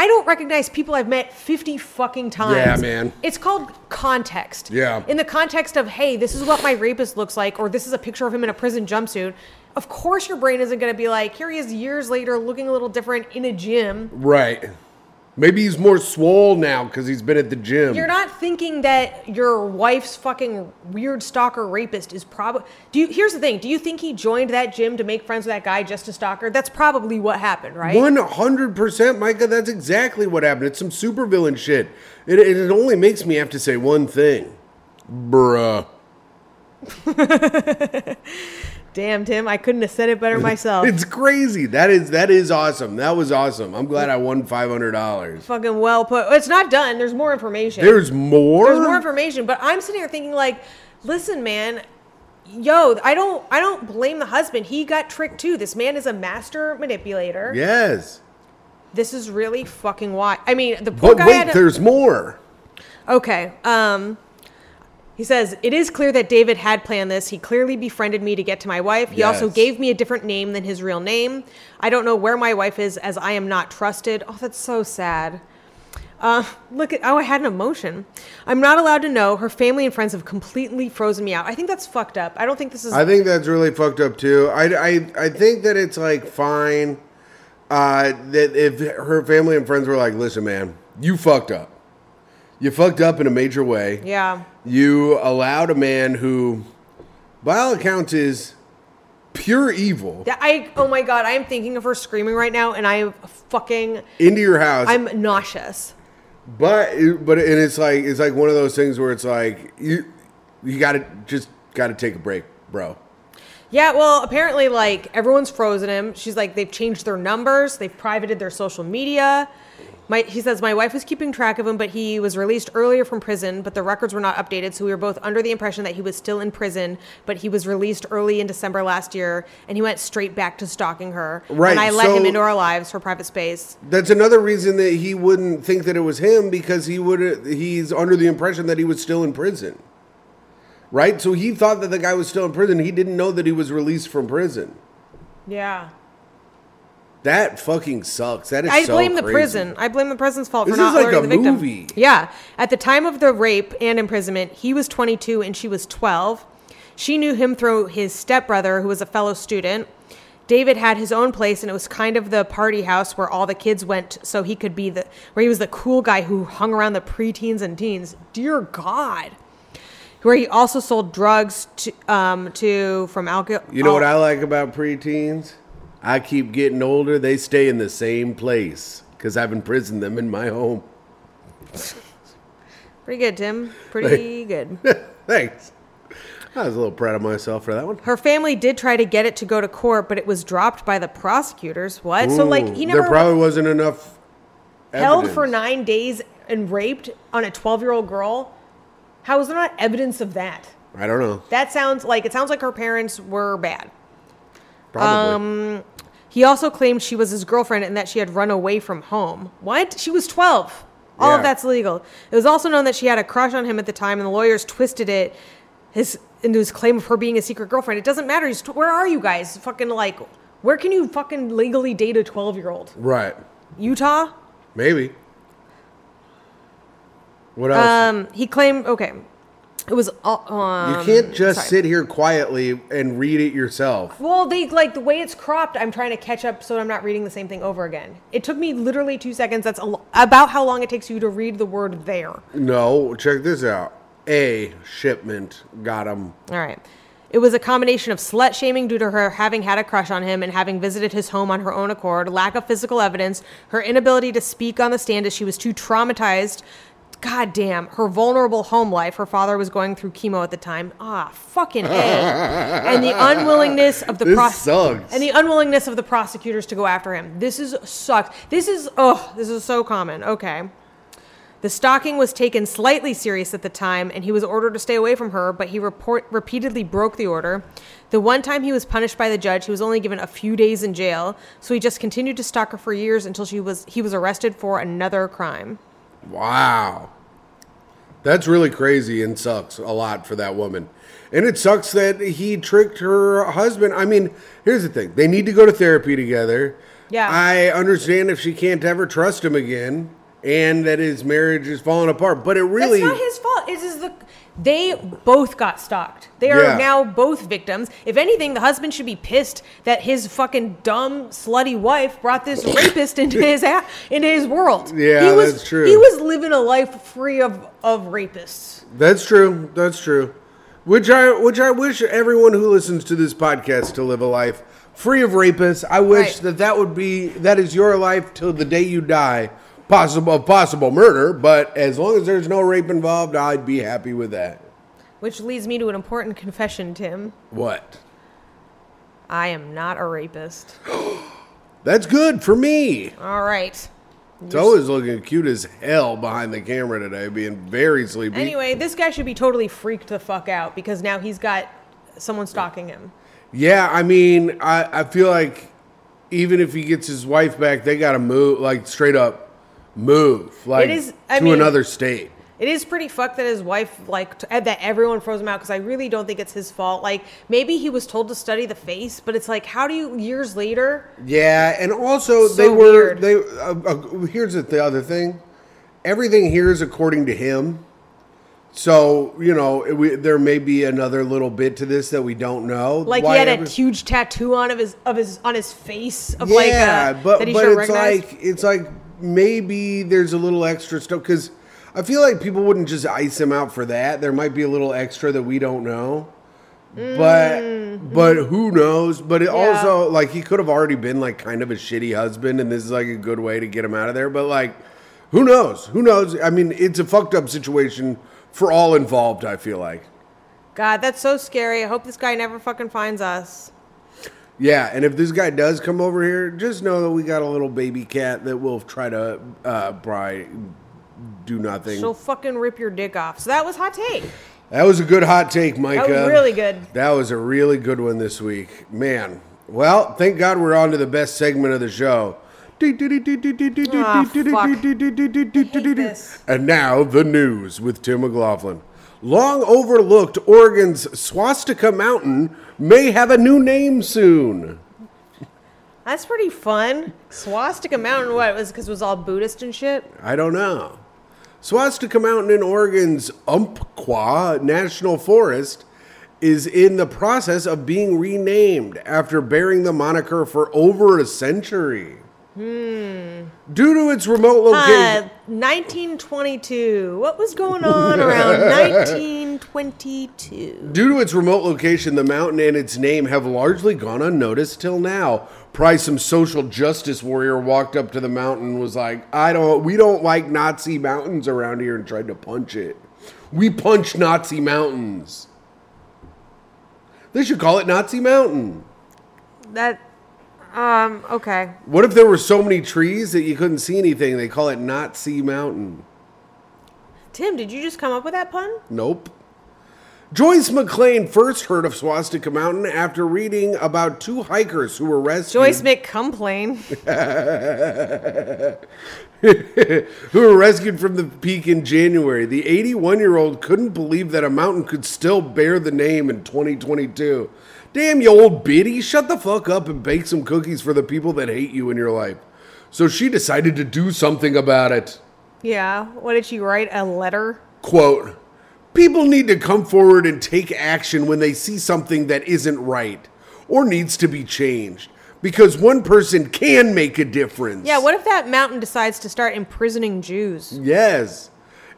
[SPEAKER 2] I don't recognize people I've met 50 fucking times.
[SPEAKER 1] Yeah, man.
[SPEAKER 2] It's called context.
[SPEAKER 1] Yeah.
[SPEAKER 2] In the context of, hey, this is what my rapist looks like, or this is a picture of him in a prison jumpsuit, of course your brain isn't going to be like, here he is years later looking a little different in a gym.
[SPEAKER 1] Right. Maybe he's more swole now because he's been at the gym.
[SPEAKER 2] You're not thinking that your wife's fucking weird stalker rapist is probably. Do you? Here's the thing. Do you think he joined that gym to make friends with that guy just to stalk her? That's probably what happened, right?
[SPEAKER 1] One hundred percent, Micah. That's exactly what happened. It's some supervillain shit. It, it, it only makes me have to say one thing, bruh.
[SPEAKER 2] Damn, Tim, I couldn't have said [laughs] it better myself.
[SPEAKER 1] It's crazy. That is that is awesome. That was awesome. I'm glad I won five hundred dollars.
[SPEAKER 2] fucking well put. It's not done. There's more information.
[SPEAKER 1] There's more.
[SPEAKER 2] There's more information, but I'm sitting here thinking like, listen, man, yo, I don't I don't blame the husband. He got tricked too. This man is a master manipulator.
[SPEAKER 1] Yes,
[SPEAKER 2] This is really fucking why. I mean, the poor
[SPEAKER 1] but
[SPEAKER 2] guy had
[SPEAKER 1] wait,
[SPEAKER 2] a-
[SPEAKER 1] there's more.
[SPEAKER 2] Okay. Um, he says it is clear that David had planned this. He clearly befriended me to get to my wife. He also
[SPEAKER 1] Yes.
[SPEAKER 2] gave me a different name than his real name. I don't know where my wife is, as I am not trusted. Oh, that's so sad. Uh, look at oh, I had an emotion. I'm not allowed to know. Her family and friends have completely frozen me out. I think that's fucked up. I don't think this is.
[SPEAKER 1] I think that's really fucked up too. I, I, I think that it's like fine uh, that if her family and friends were like, listen, man, you fucked up. You fucked up in a major way.
[SPEAKER 2] yeah.
[SPEAKER 1] You allowed a man who, by all accounts, is pure evil
[SPEAKER 2] That- I oh my god, I am thinking of her screaming right now, and I am fucking.
[SPEAKER 1] into your house.
[SPEAKER 2] I'm nauseous.
[SPEAKER 1] but but and it's like it's like one of those things where it's like you you got to just got to take a break, bro.
[SPEAKER 2] Yeah, well, apparently, like everyone's frozen him. She's like, they've changed their numbers, they've privated their social media. My, he says my wife was keeping track of him, but he was released earlier from prison, but the records were not updated, so we were both under the impression that he was still in prison. But he was released early in December last year, and he went straight back to stalking her.
[SPEAKER 1] Right,
[SPEAKER 2] and I let him
[SPEAKER 1] so-
[SPEAKER 2] into our lives, her private space.
[SPEAKER 1] That's another reason that he wouldn't think that it was him because he would he's under the impression that he was still in prison. Right? So he thought that the guy was still in prison. He didn't know that he was released from prison.
[SPEAKER 2] Yeah,
[SPEAKER 1] That fucking sucks. That is
[SPEAKER 2] I
[SPEAKER 1] so
[SPEAKER 2] blame the
[SPEAKER 1] crazy.
[SPEAKER 2] prison. I blame the prison's fault
[SPEAKER 1] This
[SPEAKER 2] for
[SPEAKER 1] is
[SPEAKER 2] not
[SPEAKER 1] like
[SPEAKER 2] alerting
[SPEAKER 1] a
[SPEAKER 2] the victim.
[SPEAKER 1] movie.
[SPEAKER 2] Yeah. At the time of the rape and imprisonment, he was 22 and she was 12. She knew him through his stepbrother, who was a fellow student. David had his own place, and it was kind of the party house where all the kids went, so he could be the where he was the cool guy who hung around the preteens and teens. Dear God. Where he also sold drugs to, um, to from oh, alcohol.
[SPEAKER 1] You know what I like about preteens? I keep getting older. They stay in the same place because I've imprisoned them in my home. [laughs]
[SPEAKER 2] Pretty good, Tim. Pretty good.
[SPEAKER 1] Thanks. I was a little proud of myself for that one.
[SPEAKER 2] Her family did try to get it to go to court, but it was dropped by the prosecutors. What? so like he
[SPEAKER 1] Ooh,
[SPEAKER 2] never
[SPEAKER 1] there probably wasn't enough.
[SPEAKER 2] held for
[SPEAKER 1] evidence.
[SPEAKER 2] nine days and raped on a twelve-year-old girl. How is there not evidence of that?
[SPEAKER 1] I don't know.
[SPEAKER 2] That sounds like it sounds like her parents were bad.
[SPEAKER 1] Probably.
[SPEAKER 2] Um, He also claimed she was his girlfriend and that she had run away from home. What? She was 12. All of
[SPEAKER 1] Yeah.
[SPEAKER 2] that's legal. It was also known that she had a crush on him at the time, and the lawyers twisted it his into his claim of her being a secret girlfriend. It doesn't matter. He's tw- where are you guys? Fucking like, where can you fucking legally date a 12 year old?
[SPEAKER 1] Right.
[SPEAKER 2] Utah?
[SPEAKER 1] Maybe. What else?
[SPEAKER 2] Um, he claimed, okay. It was all. Um,
[SPEAKER 1] you can't just
[SPEAKER 2] sorry.
[SPEAKER 1] sit here quietly and read it yourself.
[SPEAKER 2] Well, they like the way it's cropped. I'm trying to catch up so I'm not reading the same thing over again. It took me literally two seconds. That's a lo- about how long it takes you to read the word there. All
[SPEAKER 1] No, check this out. A shipment got him.
[SPEAKER 2] right. It was a combination of slut shaming due to her having had a crush on him and having visited his home on her own accord, lack of physical evidence, her inability to speak on the stand as she was too traumatized. God damn, her vulnerable home life. Her father was going through chemo at the time. Ah, fucking A. [laughs] and the unwillingness of
[SPEAKER 1] [laughs]
[SPEAKER 2] the
[SPEAKER 1] This
[SPEAKER 2] pros-
[SPEAKER 1] sucks.
[SPEAKER 2] and the unwillingness of the prosecutors to go after him. This is sucks. This is oh, this is so common. Okay. The stalking was taken slightly serious at the time, and he was ordered to stay away from her, but he report- repeatedly broke the order. The one time he was punished by the judge, he was only given a few days in jail, so he just continued to stalk her for years until she was he was arrested for another crime.
[SPEAKER 1] Wow. That's really crazy and sucks a lot for that woman. And it sucks that he tricked her husband. I mean, here's the thing they need to go to therapy together.
[SPEAKER 2] Yeah.
[SPEAKER 1] I understand if she can't ever trust him again and that his marriage is falling apart, but it really.
[SPEAKER 2] That's not his fault. It is the They both got stalked. They are
[SPEAKER 1] Yeah.
[SPEAKER 2] now both victims. If anything, the husband should be pissed that his fucking dumb, slutty wife brought this
[SPEAKER 1] [laughs]
[SPEAKER 2] rapist into his a- into his world.
[SPEAKER 1] Yeah,
[SPEAKER 2] he was,
[SPEAKER 1] that's true.
[SPEAKER 2] He was living a life free of of rapists.
[SPEAKER 1] That's true. That's true. Which I which I wish everyone who listens to this podcast to live a life free of rapists. I wish
[SPEAKER 2] Right.
[SPEAKER 1] that that would be that is your life till the day you die. Possible possible murder, but as long as there's no rape involved, I'd be happy with that.
[SPEAKER 2] Which leads me to an important confession, Tim.
[SPEAKER 1] What?
[SPEAKER 2] I am not a rapist.
[SPEAKER 1] That's good for me.
[SPEAKER 2] All right.
[SPEAKER 1] Toe is looking cute as hell behind the camera today, being very sleepy.
[SPEAKER 2] Anyway, this guy should be totally freaked the fuck out because now he's got someone stalking him.
[SPEAKER 1] Yeah, I mean, I, I feel like even if he gets his wife back, they got to move, like straight up move, like
[SPEAKER 2] is- I
[SPEAKER 1] to
[SPEAKER 2] mean-
[SPEAKER 1] another state.
[SPEAKER 2] It is pretty fucked that his wife like t- that everyone froze him out because I really don't think it's his fault. Like maybe he was told to study the face, but it's like how do you years later?
[SPEAKER 1] Yeah, and also
[SPEAKER 2] So
[SPEAKER 1] they were
[SPEAKER 2] weird.
[SPEAKER 1] they. Uh, uh, here's the, the other thing: everything here is according to him. So you know, it- we, there may be another little bit to this that we don't know.
[SPEAKER 2] Like
[SPEAKER 1] Why
[SPEAKER 2] he had a
[SPEAKER 1] every-
[SPEAKER 2] huge tattoo on of his of his on his face of
[SPEAKER 1] yeah,
[SPEAKER 2] like uh,
[SPEAKER 1] but
[SPEAKER 2] that he
[SPEAKER 1] but
[SPEAKER 2] should
[SPEAKER 1] it's
[SPEAKER 2] recognize.
[SPEAKER 1] like it's like maybe there's a little extra stuff because I feel like people wouldn't just ice him out for that. There might be a little extra that we don't know,
[SPEAKER 2] Mm.
[SPEAKER 1] but but who knows? But it also like he could have already been like kind of a shitty husband, and this is like a good way to get him out of there. But like, who knows? Who knows? I mean, it's a fucked up situation for all involved. I feel like.
[SPEAKER 2] God, that's so scary. I hope this guy never fucking finds us.
[SPEAKER 1] Yeah, and if this guy does come over here, just know that we got a little baby cat that will try to uh, probably do nothing.
[SPEAKER 2] She'll fucking rip your dick off. So that was hot take.
[SPEAKER 1] That was a good hot take, Micah.
[SPEAKER 2] was really good.
[SPEAKER 1] That was a really good one this week, man. Well, thank God we're on to the best segment of the show.
[SPEAKER 2] Ah, this.
[SPEAKER 1] And now the news with Tim McLaughlin. Long overlooked Oregon's Swastika Mountain may have a new name soon.
[SPEAKER 2] That's pretty fun. Swastika Mountain, what it was because it was all Buddhist and shit.
[SPEAKER 1] I don't know. Swastika Mountain in Oregon's Umpqua National Forest is in the process of being renamed after bearing the moniker for over a century. Due to its remote
[SPEAKER 2] Uh,
[SPEAKER 1] location,
[SPEAKER 2] 1922. What was going on around 1922?
[SPEAKER 1] due to its remote location, the mountain and its name have largely gone unnoticed till now. Probably some social justice warrior walked up to the mountain and was like, "I don't, we don't like Nazi mountains around here," and tried to punch it. We punch Nazi mountains. They should call it Nazi Mountain.
[SPEAKER 2] That, um, okay.
[SPEAKER 1] What if there were so many trees that you couldn't see anything? They call it Nazi Mountain.
[SPEAKER 2] Tim, did you just come up with that pun?
[SPEAKER 1] Nope. Joyce McLean first heard of Swastika Mountain after reading about two hikers who were rescued.
[SPEAKER 2] Joyce McComplain.
[SPEAKER 1] [laughs] who were rescued from the peak in January. The 81 year old couldn't believe that a mountain could still bear the name in 2022. Damn, you old biddy, shut the fuck up and bake some cookies for the people that hate you in your life. So she decided to do something about it.
[SPEAKER 2] [laughs] Yeah. What did she write? A letter?
[SPEAKER 1] Quote People need to come forward and take action when they see something that isn't right or needs to be changed. Because one person can make a difference.
[SPEAKER 2] Yeah. What if that mountain decides to start imprisoning Jews?
[SPEAKER 1] Yes.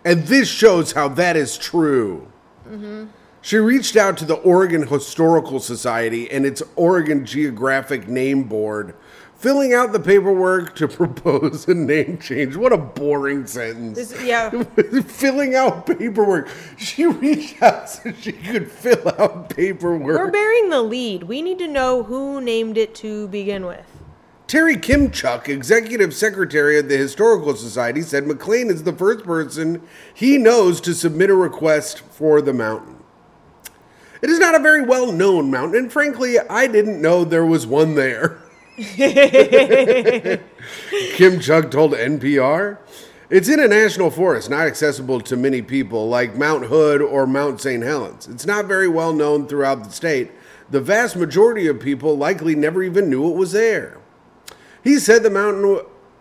[SPEAKER 1] And this shows how that is true.
[SPEAKER 2] Mm-hmm.
[SPEAKER 1] She reached out to the Oregon Historical Society and its Oregon Geographic Name Board, filling out the paperwork to [laughs] propose a name change. What a boring sentence.
[SPEAKER 2] This, yeah.
[SPEAKER 1] [laughs] filling out paperwork. She reached out so she could fill out paperwork.
[SPEAKER 2] We're bearing the lead. We need to know who named it to begin with.
[SPEAKER 1] Terry Kimchuk, executive secretary of the Historical Society, said McLean is the first person he knows to submit a request for the mountain. It is not a very well known mountain, and frankly, I didn't know there was one there. [laughs] Kim Chug told NPR. It's in a national forest, not accessible to many people, like Mount Hood or Mount St. Helens. It's not very well known throughout the state. The vast majority of people likely never even knew it was there. He said the mountain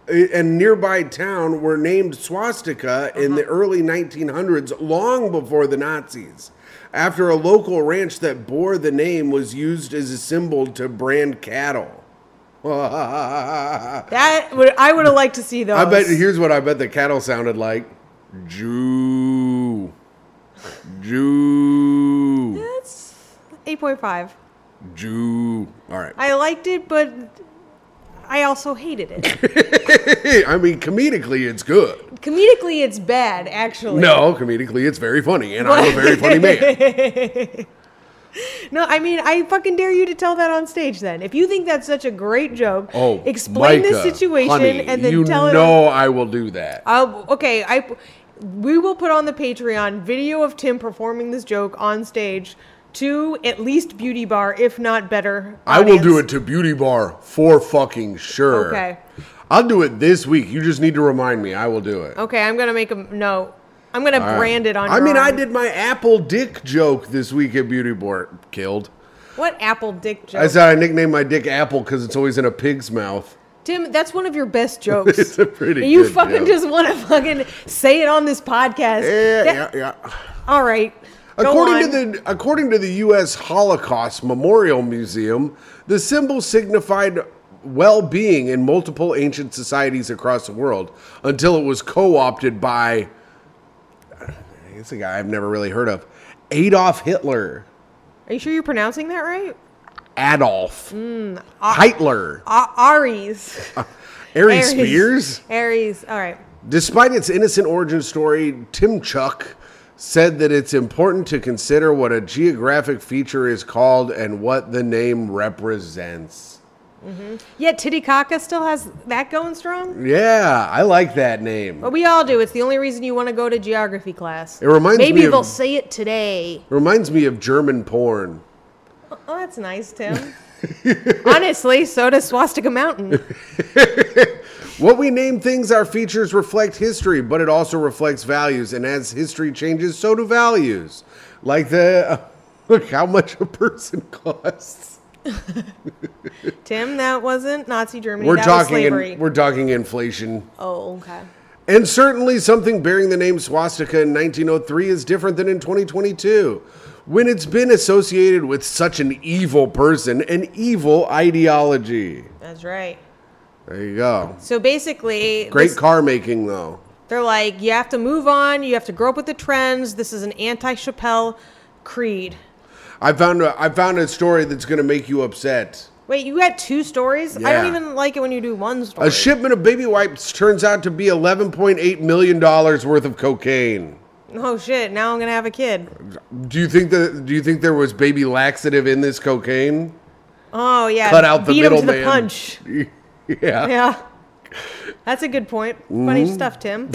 [SPEAKER 1] uh, and nearby town were named swastika in the early 1900s, long before the Nazis. After a local ranch that bore the name was used as a symbol to brand cattle. [laughs] I
[SPEAKER 2] That would I would have liked to see those.
[SPEAKER 1] bet here's what I bet the cattle sounded like: Jew, Jew,
[SPEAKER 2] That's 8.5.
[SPEAKER 1] Jew. All right. [laughs]
[SPEAKER 2] I liked it, but I also hated it.
[SPEAKER 1] I mean, comedically, it's good.
[SPEAKER 2] Comedically, it's bad, actually.
[SPEAKER 1] No, comedically, it's very funny, and I'm a very funny
[SPEAKER 2] [laughs]
[SPEAKER 1] man.
[SPEAKER 2] No, I mean, I fucking dare you to tell that on stage then. If you think that's such a great joke,
[SPEAKER 1] Oh,
[SPEAKER 2] explain the
[SPEAKER 1] Micah,
[SPEAKER 2] situation
[SPEAKER 1] honey,
[SPEAKER 2] and then
[SPEAKER 1] you
[SPEAKER 2] tell it. on-
[SPEAKER 1] know I will do that.
[SPEAKER 2] I'll, okay, I we will put on the Patreon video of Tim performing this joke on stage to at least Beauty Bar, if not better.
[SPEAKER 1] I will do
[SPEAKER 2] audience.
[SPEAKER 1] it to Beauty Bar for fucking sure.
[SPEAKER 2] Okay.
[SPEAKER 1] I'll do it this week. You just need to remind me. I will do it.
[SPEAKER 2] Okay, I'm gonna make a note. I'm gonna
[SPEAKER 1] All right.
[SPEAKER 2] brand it on.
[SPEAKER 1] I
[SPEAKER 2] your
[SPEAKER 1] mean, I
[SPEAKER 2] arm.
[SPEAKER 1] did my apple dick joke this week at Beauty Bar. Killed.
[SPEAKER 2] What apple dick joke?
[SPEAKER 1] I said I nicknamed my dick Apple because it's always in a pig's mouth.
[SPEAKER 2] Tim, that's one of your best
[SPEAKER 1] [laughs]
[SPEAKER 2] jokes.
[SPEAKER 1] It's a pretty
[SPEAKER 2] You
[SPEAKER 1] good
[SPEAKER 2] fucking
[SPEAKER 1] joke.
[SPEAKER 2] just want to fucking say it on this podcast.
[SPEAKER 1] Yeah, yeah,
[SPEAKER 2] That-
[SPEAKER 1] yeah.
[SPEAKER 2] All right. Go
[SPEAKER 1] According
[SPEAKER 2] on.
[SPEAKER 1] to the according to the U.S. Holocaust Memorial Museum, the symbol signified well-being in multiple ancient societies across the world until it was co-opted by it's a guy I've never really heard of, Adolf Hitler.
[SPEAKER 2] Are you sure you're pronouncing that right?
[SPEAKER 1] Adolf
[SPEAKER 2] Hmm,
[SPEAKER 1] Hitler,
[SPEAKER 2] A- uh,
[SPEAKER 1] [laughs]
[SPEAKER 2] Aries.
[SPEAKER 1] Ari Spears.
[SPEAKER 2] Aries. All right.
[SPEAKER 1] Despite its innocent origin story, Tim Chuck said that it's important to consider what a geographic feature is called and what the name represents.
[SPEAKER 2] Yeah, Titicaca still has that going strong.
[SPEAKER 1] Yeah, I like that name.
[SPEAKER 2] But we all do. It's the only reason you want to go to geography class.
[SPEAKER 1] It reminds
[SPEAKER 2] Maybe
[SPEAKER 1] me of-
[SPEAKER 2] they'll say it today.
[SPEAKER 1] Reminds me of German porn.
[SPEAKER 2] Oh, that's
[SPEAKER 1] [laughs]
[SPEAKER 2] nice, Tim. Honestly, so does Swastika Mountain.
[SPEAKER 1] What we name things, our features reflect history, but it also reflects values. And as history changes, so do values. Like the [laughs] look how much a person costs.
[SPEAKER 2] Tim, that wasn't Nazi Germany.
[SPEAKER 1] We're
[SPEAKER 2] that
[SPEAKER 1] talking.
[SPEAKER 2] was slavery.
[SPEAKER 1] In, we're talking inflation.
[SPEAKER 2] oh, okay.
[SPEAKER 1] And certainly something bearing the name swastika in 1903 is different than in 2022, when it's been associated with such an evil person and evil ideology.
[SPEAKER 2] That's right.
[SPEAKER 1] There you go.
[SPEAKER 2] So basically,
[SPEAKER 1] Great
[SPEAKER 2] this-
[SPEAKER 1] car making, though.
[SPEAKER 2] they're like, you have to move on. You have to grow up with the trends. This is an anti-Chappelle creed.
[SPEAKER 1] I found a, I found a story that's going to make you upset.
[SPEAKER 2] Wait, you got two stories? I don't
[SPEAKER 1] Yeah.
[SPEAKER 2] even like it when you do one story.
[SPEAKER 1] A shipment of baby wipes turns out to be 11.8 million dollars worth of cocaine.
[SPEAKER 2] oh shit! Now I'm gonna have a kid.
[SPEAKER 1] Do you think that? Do you think there was baby laxative in this cocaine? [laughs]
[SPEAKER 2] Oh yeah.
[SPEAKER 1] Cut out the
[SPEAKER 2] Beat 'em to the
[SPEAKER 1] middleman.
[SPEAKER 2] punch.
[SPEAKER 1] Yeah.
[SPEAKER 2] Yeah. That's a good point. Funny
[SPEAKER 1] [laughs]
[SPEAKER 2] stuff, Tim.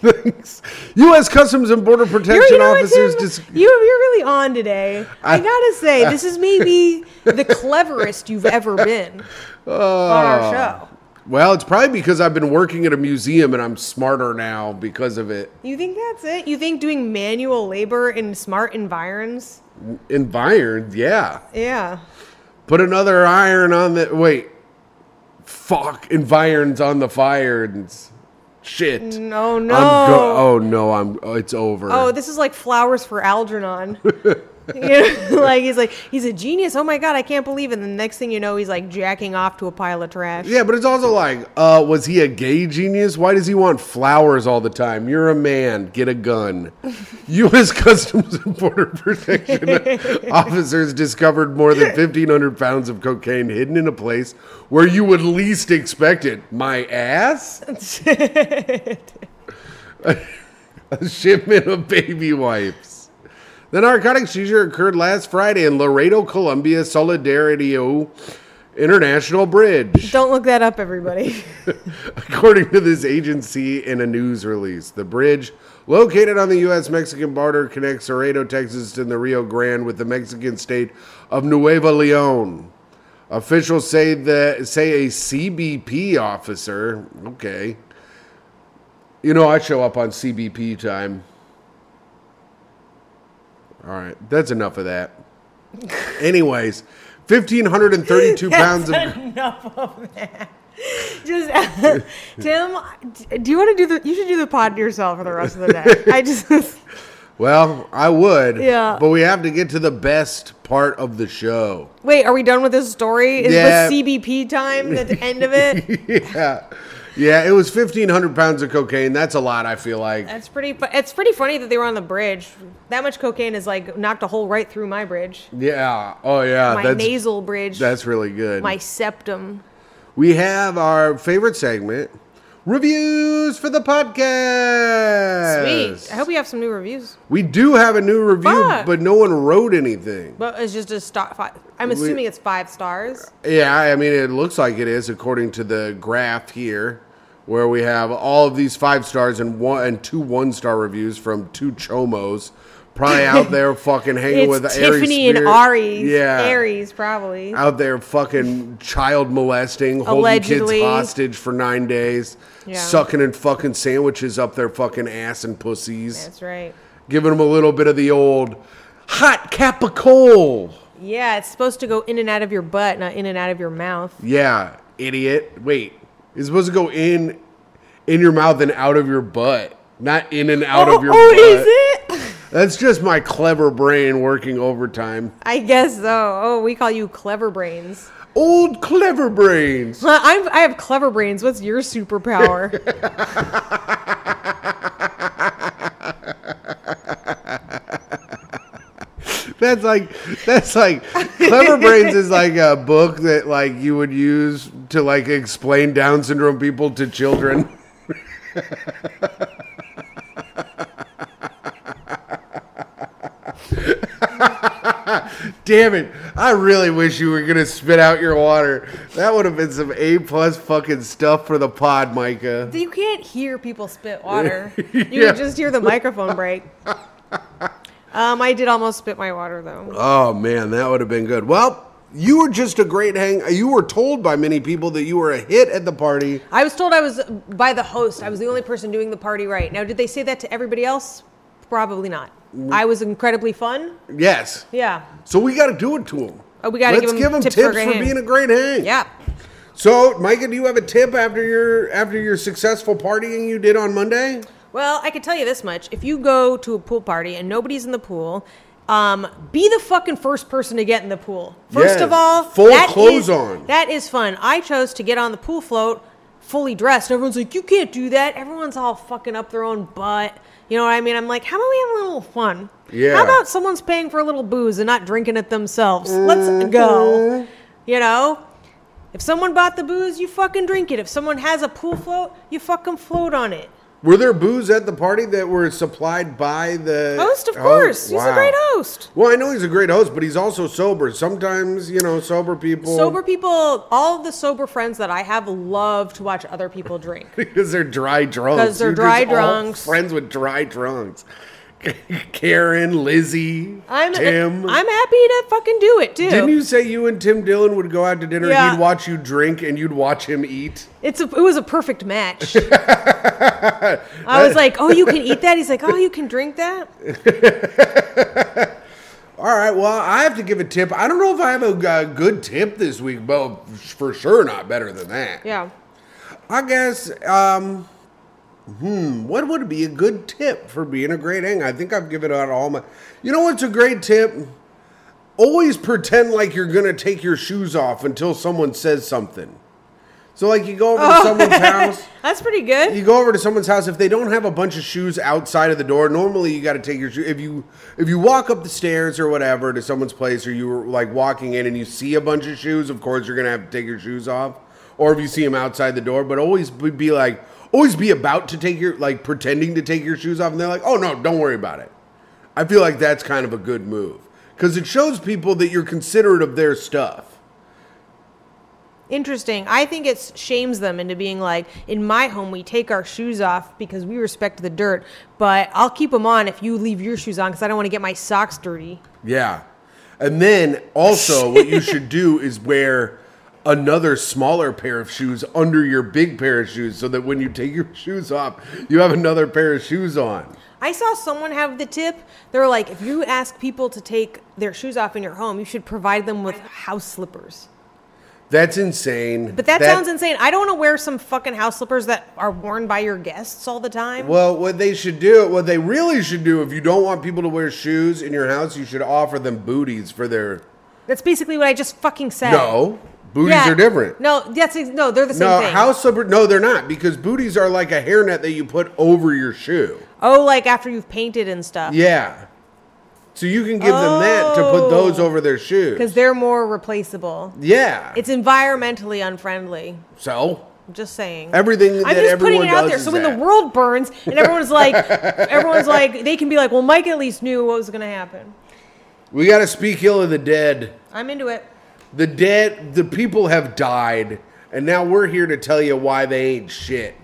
[SPEAKER 1] Thanks. U.S. Customs and Border
[SPEAKER 2] You're,
[SPEAKER 1] Protection
[SPEAKER 2] you know what, Tim?
[SPEAKER 1] officers. Dis-
[SPEAKER 2] you, you're really on today. I,
[SPEAKER 1] I-
[SPEAKER 2] gotta say, this is maybe the cleverest you've ever
[SPEAKER 1] [laughs]
[SPEAKER 2] been
[SPEAKER 1] Oh.
[SPEAKER 2] on our show.
[SPEAKER 1] well, it's probably because I've been working at a museum and I'm smarter now because of it.
[SPEAKER 2] You think that's it? You think doing manual labor in smart environs?
[SPEAKER 1] Environed, yeah.
[SPEAKER 2] Yeah.
[SPEAKER 1] Put another iron on the wait. Fuck, environs on the fire and s- shit.
[SPEAKER 2] No,
[SPEAKER 1] I'm
[SPEAKER 2] no.
[SPEAKER 1] go- oh no, I'm. Oh, it's over.
[SPEAKER 2] Oh, this is like flowers for Algernon. [laughs] you know, [laughs] like he's like he's a genius. Oh my god, I can't believe it. And the next thing you know, he's like jacking off to a pile of trash.
[SPEAKER 1] yeah, but it's also like, uh, was he a gay genius? Why does he want flowers all the time? You're a man. Get a gun. [laughs] U.S. Customs and Border Protection officers discovered more than 1,500 pounds of cocaine hidden in a place where you would least expect it. My ass? a shipment of baby wipes. The narcotic seizure occurred last Friday in Laredo, Colombia, Solidario International Bridge.
[SPEAKER 2] [laughs] Don't look that up, everybody.
[SPEAKER 1] [laughs] According to this agency in a news release, the bridge, located on the U.S. Mexican border, connects Laredo, Texas, and the Rio Grande with the Mexican state of Nueva Leon. Officials say that say a CBP officer. Okay, you know I show up on CBP time. All right, that's enough of that.
[SPEAKER 2] [laughs]
[SPEAKER 1] Anyways, fifteen hundred and thirty-two pounds of
[SPEAKER 2] Enough of that. [laughs] Just [laughs] Tim, do you want to do the? You should do the pod yourself for the rest of
[SPEAKER 1] [laughs]
[SPEAKER 2] the day. I just. [laughs]
[SPEAKER 1] Well, I would.
[SPEAKER 2] Yeah.
[SPEAKER 1] But we have to get to the best part of the show. [laughs]
[SPEAKER 2] Wait, are we done with this story? Is
[SPEAKER 1] Yeah.
[SPEAKER 2] this CBP
[SPEAKER 1] [laughs]
[SPEAKER 2] time at the end of it?
[SPEAKER 1] yeah. Yeah, it was 1,500 pounds of cocaine. That's a lot, I feel like.
[SPEAKER 2] That's pretty. Fu- it's pretty funny that they were on the bridge. That much cocaine is like knocked a hole right through my bridge,
[SPEAKER 1] Yeah. Oh, yeah.
[SPEAKER 2] my
[SPEAKER 1] that's,
[SPEAKER 2] nasal bridge,
[SPEAKER 1] That's really good.
[SPEAKER 2] my septum.
[SPEAKER 1] We have our favorite segment reviews for the podcast.
[SPEAKER 2] Sweet. I hope we have some new reviews.
[SPEAKER 1] we do have a new review,
[SPEAKER 2] Fuck.
[SPEAKER 1] but no one wrote anything.
[SPEAKER 2] But it's just a star. Five. I'm assuming it's five stars.
[SPEAKER 1] Yeah, I mean, it looks like it is according to the graph here, where we have all of these five stars and one and two one star reviews from two chomos, probably
[SPEAKER 2] [laughs]
[SPEAKER 1] out there fucking hanging
[SPEAKER 2] It's
[SPEAKER 1] with Aries
[SPEAKER 2] Tiffany and
[SPEAKER 1] spirit.
[SPEAKER 2] Aries.
[SPEAKER 1] yeah,
[SPEAKER 2] Aries probably.
[SPEAKER 1] out there fucking child molesting, holding
[SPEAKER 2] Allegedly.
[SPEAKER 1] kids hostage for nine days,
[SPEAKER 2] Yeah.
[SPEAKER 1] sucking and fucking sandwiches up their fucking ass and pussies,
[SPEAKER 2] That's right.
[SPEAKER 1] giving them a little bit of the old hot capicola.
[SPEAKER 2] Yeah, it's supposed to go in and out of your butt, not in and out of your mouth.
[SPEAKER 1] Yeah, idiot. Wait, it's supposed to go in, in your mouth and out of your butt, not in and out
[SPEAKER 2] oh,
[SPEAKER 1] of your
[SPEAKER 2] oh,
[SPEAKER 1] butt.
[SPEAKER 2] is it? [laughs]
[SPEAKER 1] That's just my clever brain working overtime.
[SPEAKER 2] I guess so. Oh, we call you clever brains.
[SPEAKER 1] Old clever brains.
[SPEAKER 2] Well, I'm, I have clever brains. What's your superpower?
[SPEAKER 1] That's like that's like clever brains is like a book that like you would use to like explain Down syndrome people to children. [laughs] Damn it! I really wish you were gonna spit out your water. That would have been some A plus fucking stuff for the pod, Micah.
[SPEAKER 2] [laughs] you can't hear people spit water. [laughs] You
[SPEAKER 1] Yeah.
[SPEAKER 2] can just hear the microphone break. Um, I did almost spit my water though.
[SPEAKER 1] Oh man, that would have been good. Well, you were just a great hang. You were told by many people that you were a hit at the party.
[SPEAKER 2] I was told I was uh, by the host. I was the only person doing the party right. Now, did they say that to everybody else? Probably not. I was incredibly fun.
[SPEAKER 1] Yes.
[SPEAKER 2] Yeah.
[SPEAKER 1] So we got to do it to them.
[SPEAKER 2] Oh, we gotta
[SPEAKER 1] Let's
[SPEAKER 2] give 'em
[SPEAKER 1] them
[SPEAKER 2] tips
[SPEAKER 1] tips,
[SPEAKER 2] for a
[SPEAKER 1] for,
[SPEAKER 2] great hang.
[SPEAKER 1] being a great hang.
[SPEAKER 2] Yeah.
[SPEAKER 1] So, Micah, do you have a tip after your after your successful partying you did on Monday?
[SPEAKER 2] Well, I can tell you this much. If you go to a pool party and nobody's in the pool, um, be the fucking first person to get in the pool. First
[SPEAKER 1] Yes,
[SPEAKER 2] of all,
[SPEAKER 1] full
[SPEAKER 2] that
[SPEAKER 1] clothes
[SPEAKER 2] is-
[SPEAKER 1] on.
[SPEAKER 2] That is fun. I chose to get on the pool float fully dressed. Everyone's like, you can't do that. Everyone's all fucking up their own butt. You know what I mean? I'm like, how about we have a little fun?
[SPEAKER 1] Yeah.
[SPEAKER 2] How about someone's paying for a little booze and not drinking it themselves?
[SPEAKER 1] Mm-hmm.
[SPEAKER 2] Let's go. You know? If someone bought the booze, you fucking drink it. If someone has a pool float, you fucking float on it.
[SPEAKER 1] Were there booze at the party that were supplied by the
[SPEAKER 2] Host, of
[SPEAKER 1] Oh,
[SPEAKER 2] course. He's a
[SPEAKER 1] wow.
[SPEAKER 2] great host.
[SPEAKER 1] Well, I know he's a great host, but he's also sober. Sometimes, you know, sober people
[SPEAKER 2] Sober people, all of the sober friends that I have love to watch other
[SPEAKER 1] [laughs]
[SPEAKER 2] people drink.
[SPEAKER 1] [laughs] because they're dry drunks.
[SPEAKER 2] 'Cause they're
[SPEAKER 1] You're
[SPEAKER 2] dry
[SPEAKER 1] just all
[SPEAKER 2] drunks.
[SPEAKER 1] friends with dry drunks. [laughs] Karen, Lizzie,
[SPEAKER 2] I'm
[SPEAKER 1] Tim.
[SPEAKER 2] I'm happy to fucking do it too.
[SPEAKER 1] Didn't you say you and Tim Dillon would go out to dinner?
[SPEAKER 2] Yeah.
[SPEAKER 1] He'd watch you drink and you'd watch him eat.
[SPEAKER 2] It's a, it was a perfect
[SPEAKER 1] [laughs]
[SPEAKER 2] match. I was like, "Oh, you can eat that." He's like, "Oh, you can drink that."
[SPEAKER 1] All right. Well, I have to give a tip. I don't know if I have a, uh good tip this week, but for sure not better than that.
[SPEAKER 2] Yeah.
[SPEAKER 1] I guess. Um, hmm. What would be a good tip for being a great hang? I think I've given out all my. You know what's a great tip? Always pretend like you're gonna take your shoes off until someone says something. So like you go over to
[SPEAKER 2] Oh. [laughs]
[SPEAKER 1] someone's house.
[SPEAKER 2] That's pretty good.
[SPEAKER 1] you go over to someone's house if they don't have a bunch of shoes outside of the door normally you got to take your shoe if you if you walk up the stairs or whatever to someone's place or you were like walking in and you see a bunch of shoes of course you're gonna have to take your shoes off or if you see them outside the door but always be be like always be about to take your like pretending to take your shoes off and they're like oh no don't worry about it i feel like that's kind of a good move because it shows people that you're considerate of their stuff
[SPEAKER 2] Interesting. I think it shames them into being like, "In my home, we take our shoes off because we respect the dirt, but I'll keep them on if you leave your shoes on because I don't want to get my socks dirty."
[SPEAKER 1] Yeah. And then
[SPEAKER 2] [laughs]
[SPEAKER 1] also, what you should do is wear another smaller pair of shoes under your big pair of shoes so that when you take your [laughs] shoes off, you have another pair of shoes on.
[SPEAKER 2] I saw someone have the tip. They're like, if you ask people to take their shoes off in your home, you should provide them with house slippers.
[SPEAKER 1] That's insane.
[SPEAKER 2] But that, sounds insane. I don't want to wear some fucking house slippers that are worn by your guests all the time.
[SPEAKER 1] Well, what they should do, what they really should do, if you don't want people to wear shoes in your house, you should offer them booties for their.
[SPEAKER 2] That's basically what I just fucking said.
[SPEAKER 1] No, booties
[SPEAKER 2] Yeah.
[SPEAKER 1] are different.
[SPEAKER 2] No, that's ex- no, they're the same
[SPEAKER 1] No,
[SPEAKER 2] thing.
[SPEAKER 1] house slipper. No, they're not because booties are like a hairnet that you put over your shoe.
[SPEAKER 2] oh, like after you've painted and stuff.
[SPEAKER 1] Yeah. So you can give them that to put those
[SPEAKER 2] Oh.
[SPEAKER 1] over their shoes.
[SPEAKER 2] Because they're more replaceable.
[SPEAKER 1] yeah.
[SPEAKER 2] It's environmentally unfriendly.
[SPEAKER 1] so
[SPEAKER 2] I'm just saying.
[SPEAKER 1] everything
[SPEAKER 2] I'm
[SPEAKER 1] that
[SPEAKER 2] just
[SPEAKER 1] everyone
[SPEAKER 2] putting it out
[SPEAKER 1] does
[SPEAKER 2] there.
[SPEAKER 1] is
[SPEAKER 2] So when the
[SPEAKER 1] that.
[SPEAKER 2] world burns and
[SPEAKER 1] [laughs]
[SPEAKER 2] everyone's like, everyone's like, they can be like, well, Mike at least knew what was going to happen.
[SPEAKER 1] we got to speak ill of the dead.
[SPEAKER 2] I'm into it.
[SPEAKER 1] The dead, the people have died, and now we're here to tell you why they ain't shit.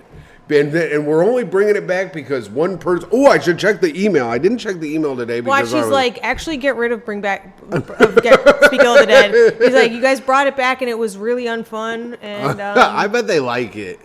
[SPEAKER 1] And, th- and we're only bringing it back because one person. Oh, I should check the email. I didn't check the email today
[SPEAKER 2] Watch,
[SPEAKER 1] because
[SPEAKER 2] he's
[SPEAKER 1] I was,
[SPEAKER 2] like, actually get rid of Bring Back, of get, Speak Ill of the Dead. He's like, you guys brought it back and it was really unfun.
[SPEAKER 1] [laughs]
[SPEAKER 2] And um,
[SPEAKER 1] I bet they like it.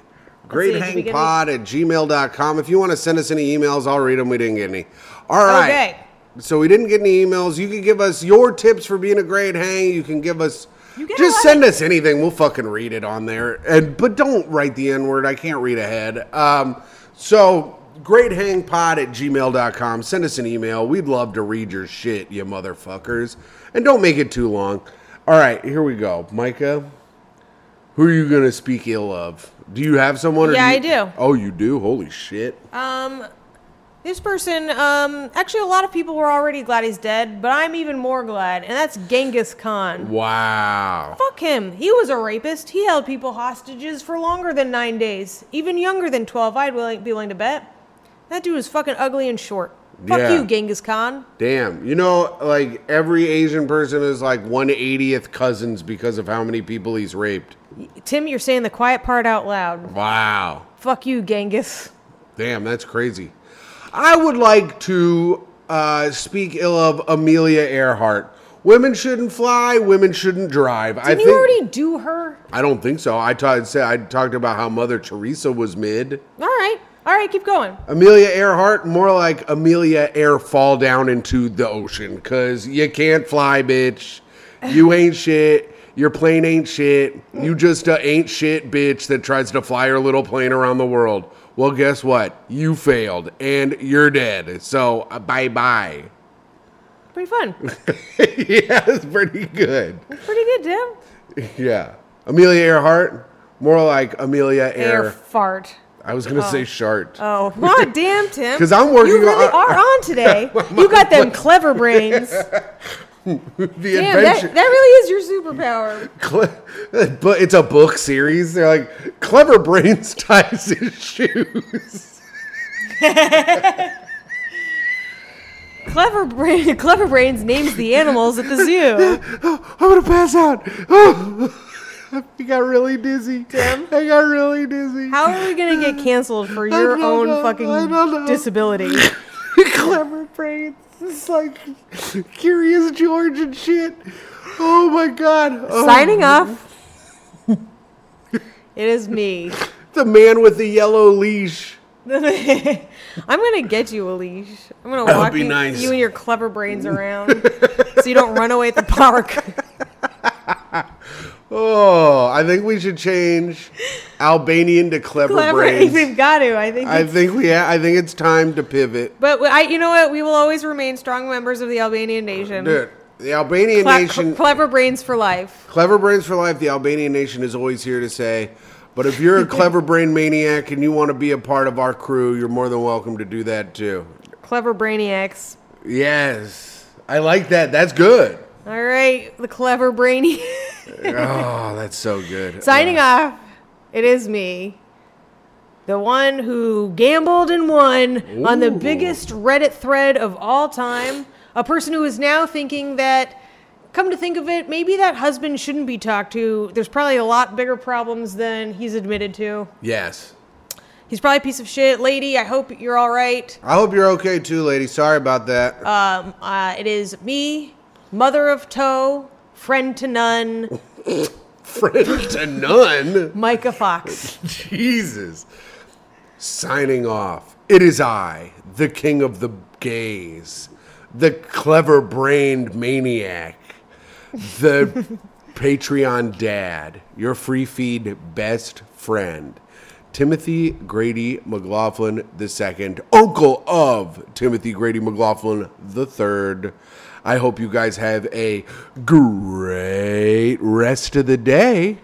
[SPEAKER 2] see, did we get
[SPEAKER 1] GreatHangPod at gmail.com. If you want to send us any emails, I'll read them. We didn't get any. All right.
[SPEAKER 2] Okay.
[SPEAKER 1] So we didn't get any emails. You can give us your tips for being a great hang. You can give us.
[SPEAKER 2] You get a
[SPEAKER 1] just
[SPEAKER 2] lot
[SPEAKER 1] send us anything. We'll fucking read it on there. And but don't write the N word. I can't read ahead. Um, so greathangpod at gmail.com. Send us an email. We'd love to read your shit, you motherfuckers. And don't make it too long. All right, here we go. Micah, who are you gonna speak ill of? Do you have someone? Or
[SPEAKER 2] Yeah,
[SPEAKER 1] you-
[SPEAKER 2] I do.
[SPEAKER 1] Oh, you do? Holy shit.
[SPEAKER 2] um, this person, um, actually, a lot of people were already glad he's dead, but I'm even more glad. And that's Genghis Khan.
[SPEAKER 1] Wow.
[SPEAKER 2] Fuck him. He was a rapist. He held people hostages for longer than nine days, even younger than 12, I'd willing, be willing to bet. That dude was fucking ugly and short. Fuck
[SPEAKER 1] Yeah.
[SPEAKER 2] you, Genghis Khan.
[SPEAKER 1] Damn. You know, like every Asian person is like 180th cousins because of how many people he's raped.
[SPEAKER 2] Tim, you're saying the quiet part out loud.
[SPEAKER 1] Wow.
[SPEAKER 2] Fuck you, Genghis.
[SPEAKER 1] Damn, that's crazy. I would like to uh, speak ill of Amelia Earhart. Women shouldn't fly, women shouldn't drive. I
[SPEAKER 2] Didn't
[SPEAKER 1] think
[SPEAKER 2] you already do her?
[SPEAKER 1] I don't think so. I ta- said I talked about how Mother Teresa was mid.
[SPEAKER 2] All right. All right, keep going.
[SPEAKER 1] Amelia Earhart, more like Amelia Air fall down into the ocean because you can't fly, bitch. You [laughs] ain't shit. Your plane ain't shit. You just a ain't shit bitch that tries to fly her little plane around the world. Well, guess what? You failed and you're dead. So uh, bye bye.
[SPEAKER 2] Pretty fun.
[SPEAKER 1] [laughs] yeah, it's pretty good.
[SPEAKER 2] Pretty good, Tim.
[SPEAKER 1] Yeah. Amelia Earhart, more like Amelia
[SPEAKER 2] Air
[SPEAKER 1] Air. uh,
[SPEAKER 2] fart.
[SPEAKER 1] I was going to say shart.
[SPEAKER 2] Oh, [laughs] God damn, Tim.
[SPEAKER 1] 'Cause I'm working
[SPEAKER 2] You
[SPEAKER 1] [laughs]
[SPEAKER 2] really
[SPEAKER 1] on-
[SPEAKER 2] are on today. you got them
[SPEAKER 1] [laughs]
[SPEAKER 2] clever
[SPEAKER 1] [laughs]
[SPEAKER 2] brains.
[SPEAKER 1] the
[SPEAKER 2] Damn, that, that really is your superpower.
[SPEAKER 1] Cle- but it's a book series. They're like clever brains ties his shoes.
[SPEAKER 2] Clever brain, [laughs] clever brains names the animals at the zoo.
[SPEAKER 1] Oh, [gasps] I'm gonna pass out. [gasps] Oh, I got really dizzy. Tim, I got really dizzy.
[SPEAKER 2] How are we gonna get canceled for your
[SPEAKER 1] don't
[SPEAKER 2] own
[SPEAKER 1] know. I don't know.
[SPEAKER 2] fucking
[SPEAKER 1] [laughs]
[SPEAKER 2] disability?
[SPEAKER 1] [laughs] clever brains? It's like Curious George and shit. Oh my god. Oh,
[SPEAKER 2] Signing off. It is me. [laughs]
[SPEAKER 1] The man with the yellow leash.
[SPEAKER 2] I'm gonna get you a leash. I'm gonna
[SPEAKER 1] That would
[SPEAKER 2] walk
[SPEAKER 1] be
[SPEAKER 2] you,
[SPEAKER 1] nice.
[SPEAKER 2] you and your
[SPEAKER 1] [laughs]
[SPEAKER 2] clever brains around so you don't run away at the park.
[SPEAKER 1] Oh, I think we should change Albanian to clever,
[SPEAKER 2] [laughs] clever, [laughs]
[SPEAKER 1] brains.
[SPEAKER 2] we've got to. I think.
[SPEAKER 1] I think we. Ha- I think it's time to pivot.
[SPEAKER 2] but I, you know what? We will always remain strong members of the Albanian nation.
[SPEAKER 1] Dude, the Albanian
[SPEAKER 2] Cle-
[SPEAKER 1] nation,
[SPEAKER 2] clever brains for life.
[SPEAKER 1] clever brains for life. The Albanian nation is always here to say, but if
[SPEAKER 2] [laughs]
[SPEAKER 1] you're a clever brain maniac and you want to be a part of our crew, you're more than welcome to do that too.
[SPEAKER 2] Clever brainiacs.
[SPEAKER 1] Yes, I like that. That's good.
[SPEAKER 2] All right, the clever brainy. [laughs]
[SPEAKER 1] oh, that's so good.
[SPEAKER 2] Signing off. It is me, the one who gambled and won on the
[SPEAKER 1] Ooh.
[SPEAKER 2] biggest Reddit thread of all time. A person who is now thinking that, come to think of it, maybe that husband shouldn't be talked to. There's probably a lot bigger problems than he's admitted to.
[SPEAKER 1] Yes.
[SPEAKER 2] He's probably a piece of shit. Lady, I hope you're all right.
[SPEAKER 1] I hope you're okay too, lady. Sorry about that.
[SPEAKER 2] Um, uh, it is me, mother of toe, friend to none,
[SPEAKER 1] [laughs] Friend to none.
[SPEAKER 2] Micah Fox.
[SPEAKER 1] [laughs] Jesus. Signing off. It is I, the king of the gays, the clever brained maniac, the Patreon dad, your free feed best friend, Timothy Grady McLaughlin II, uncle of Timothy Grady McLaughlin III. I hope you guys have a great rest of the day.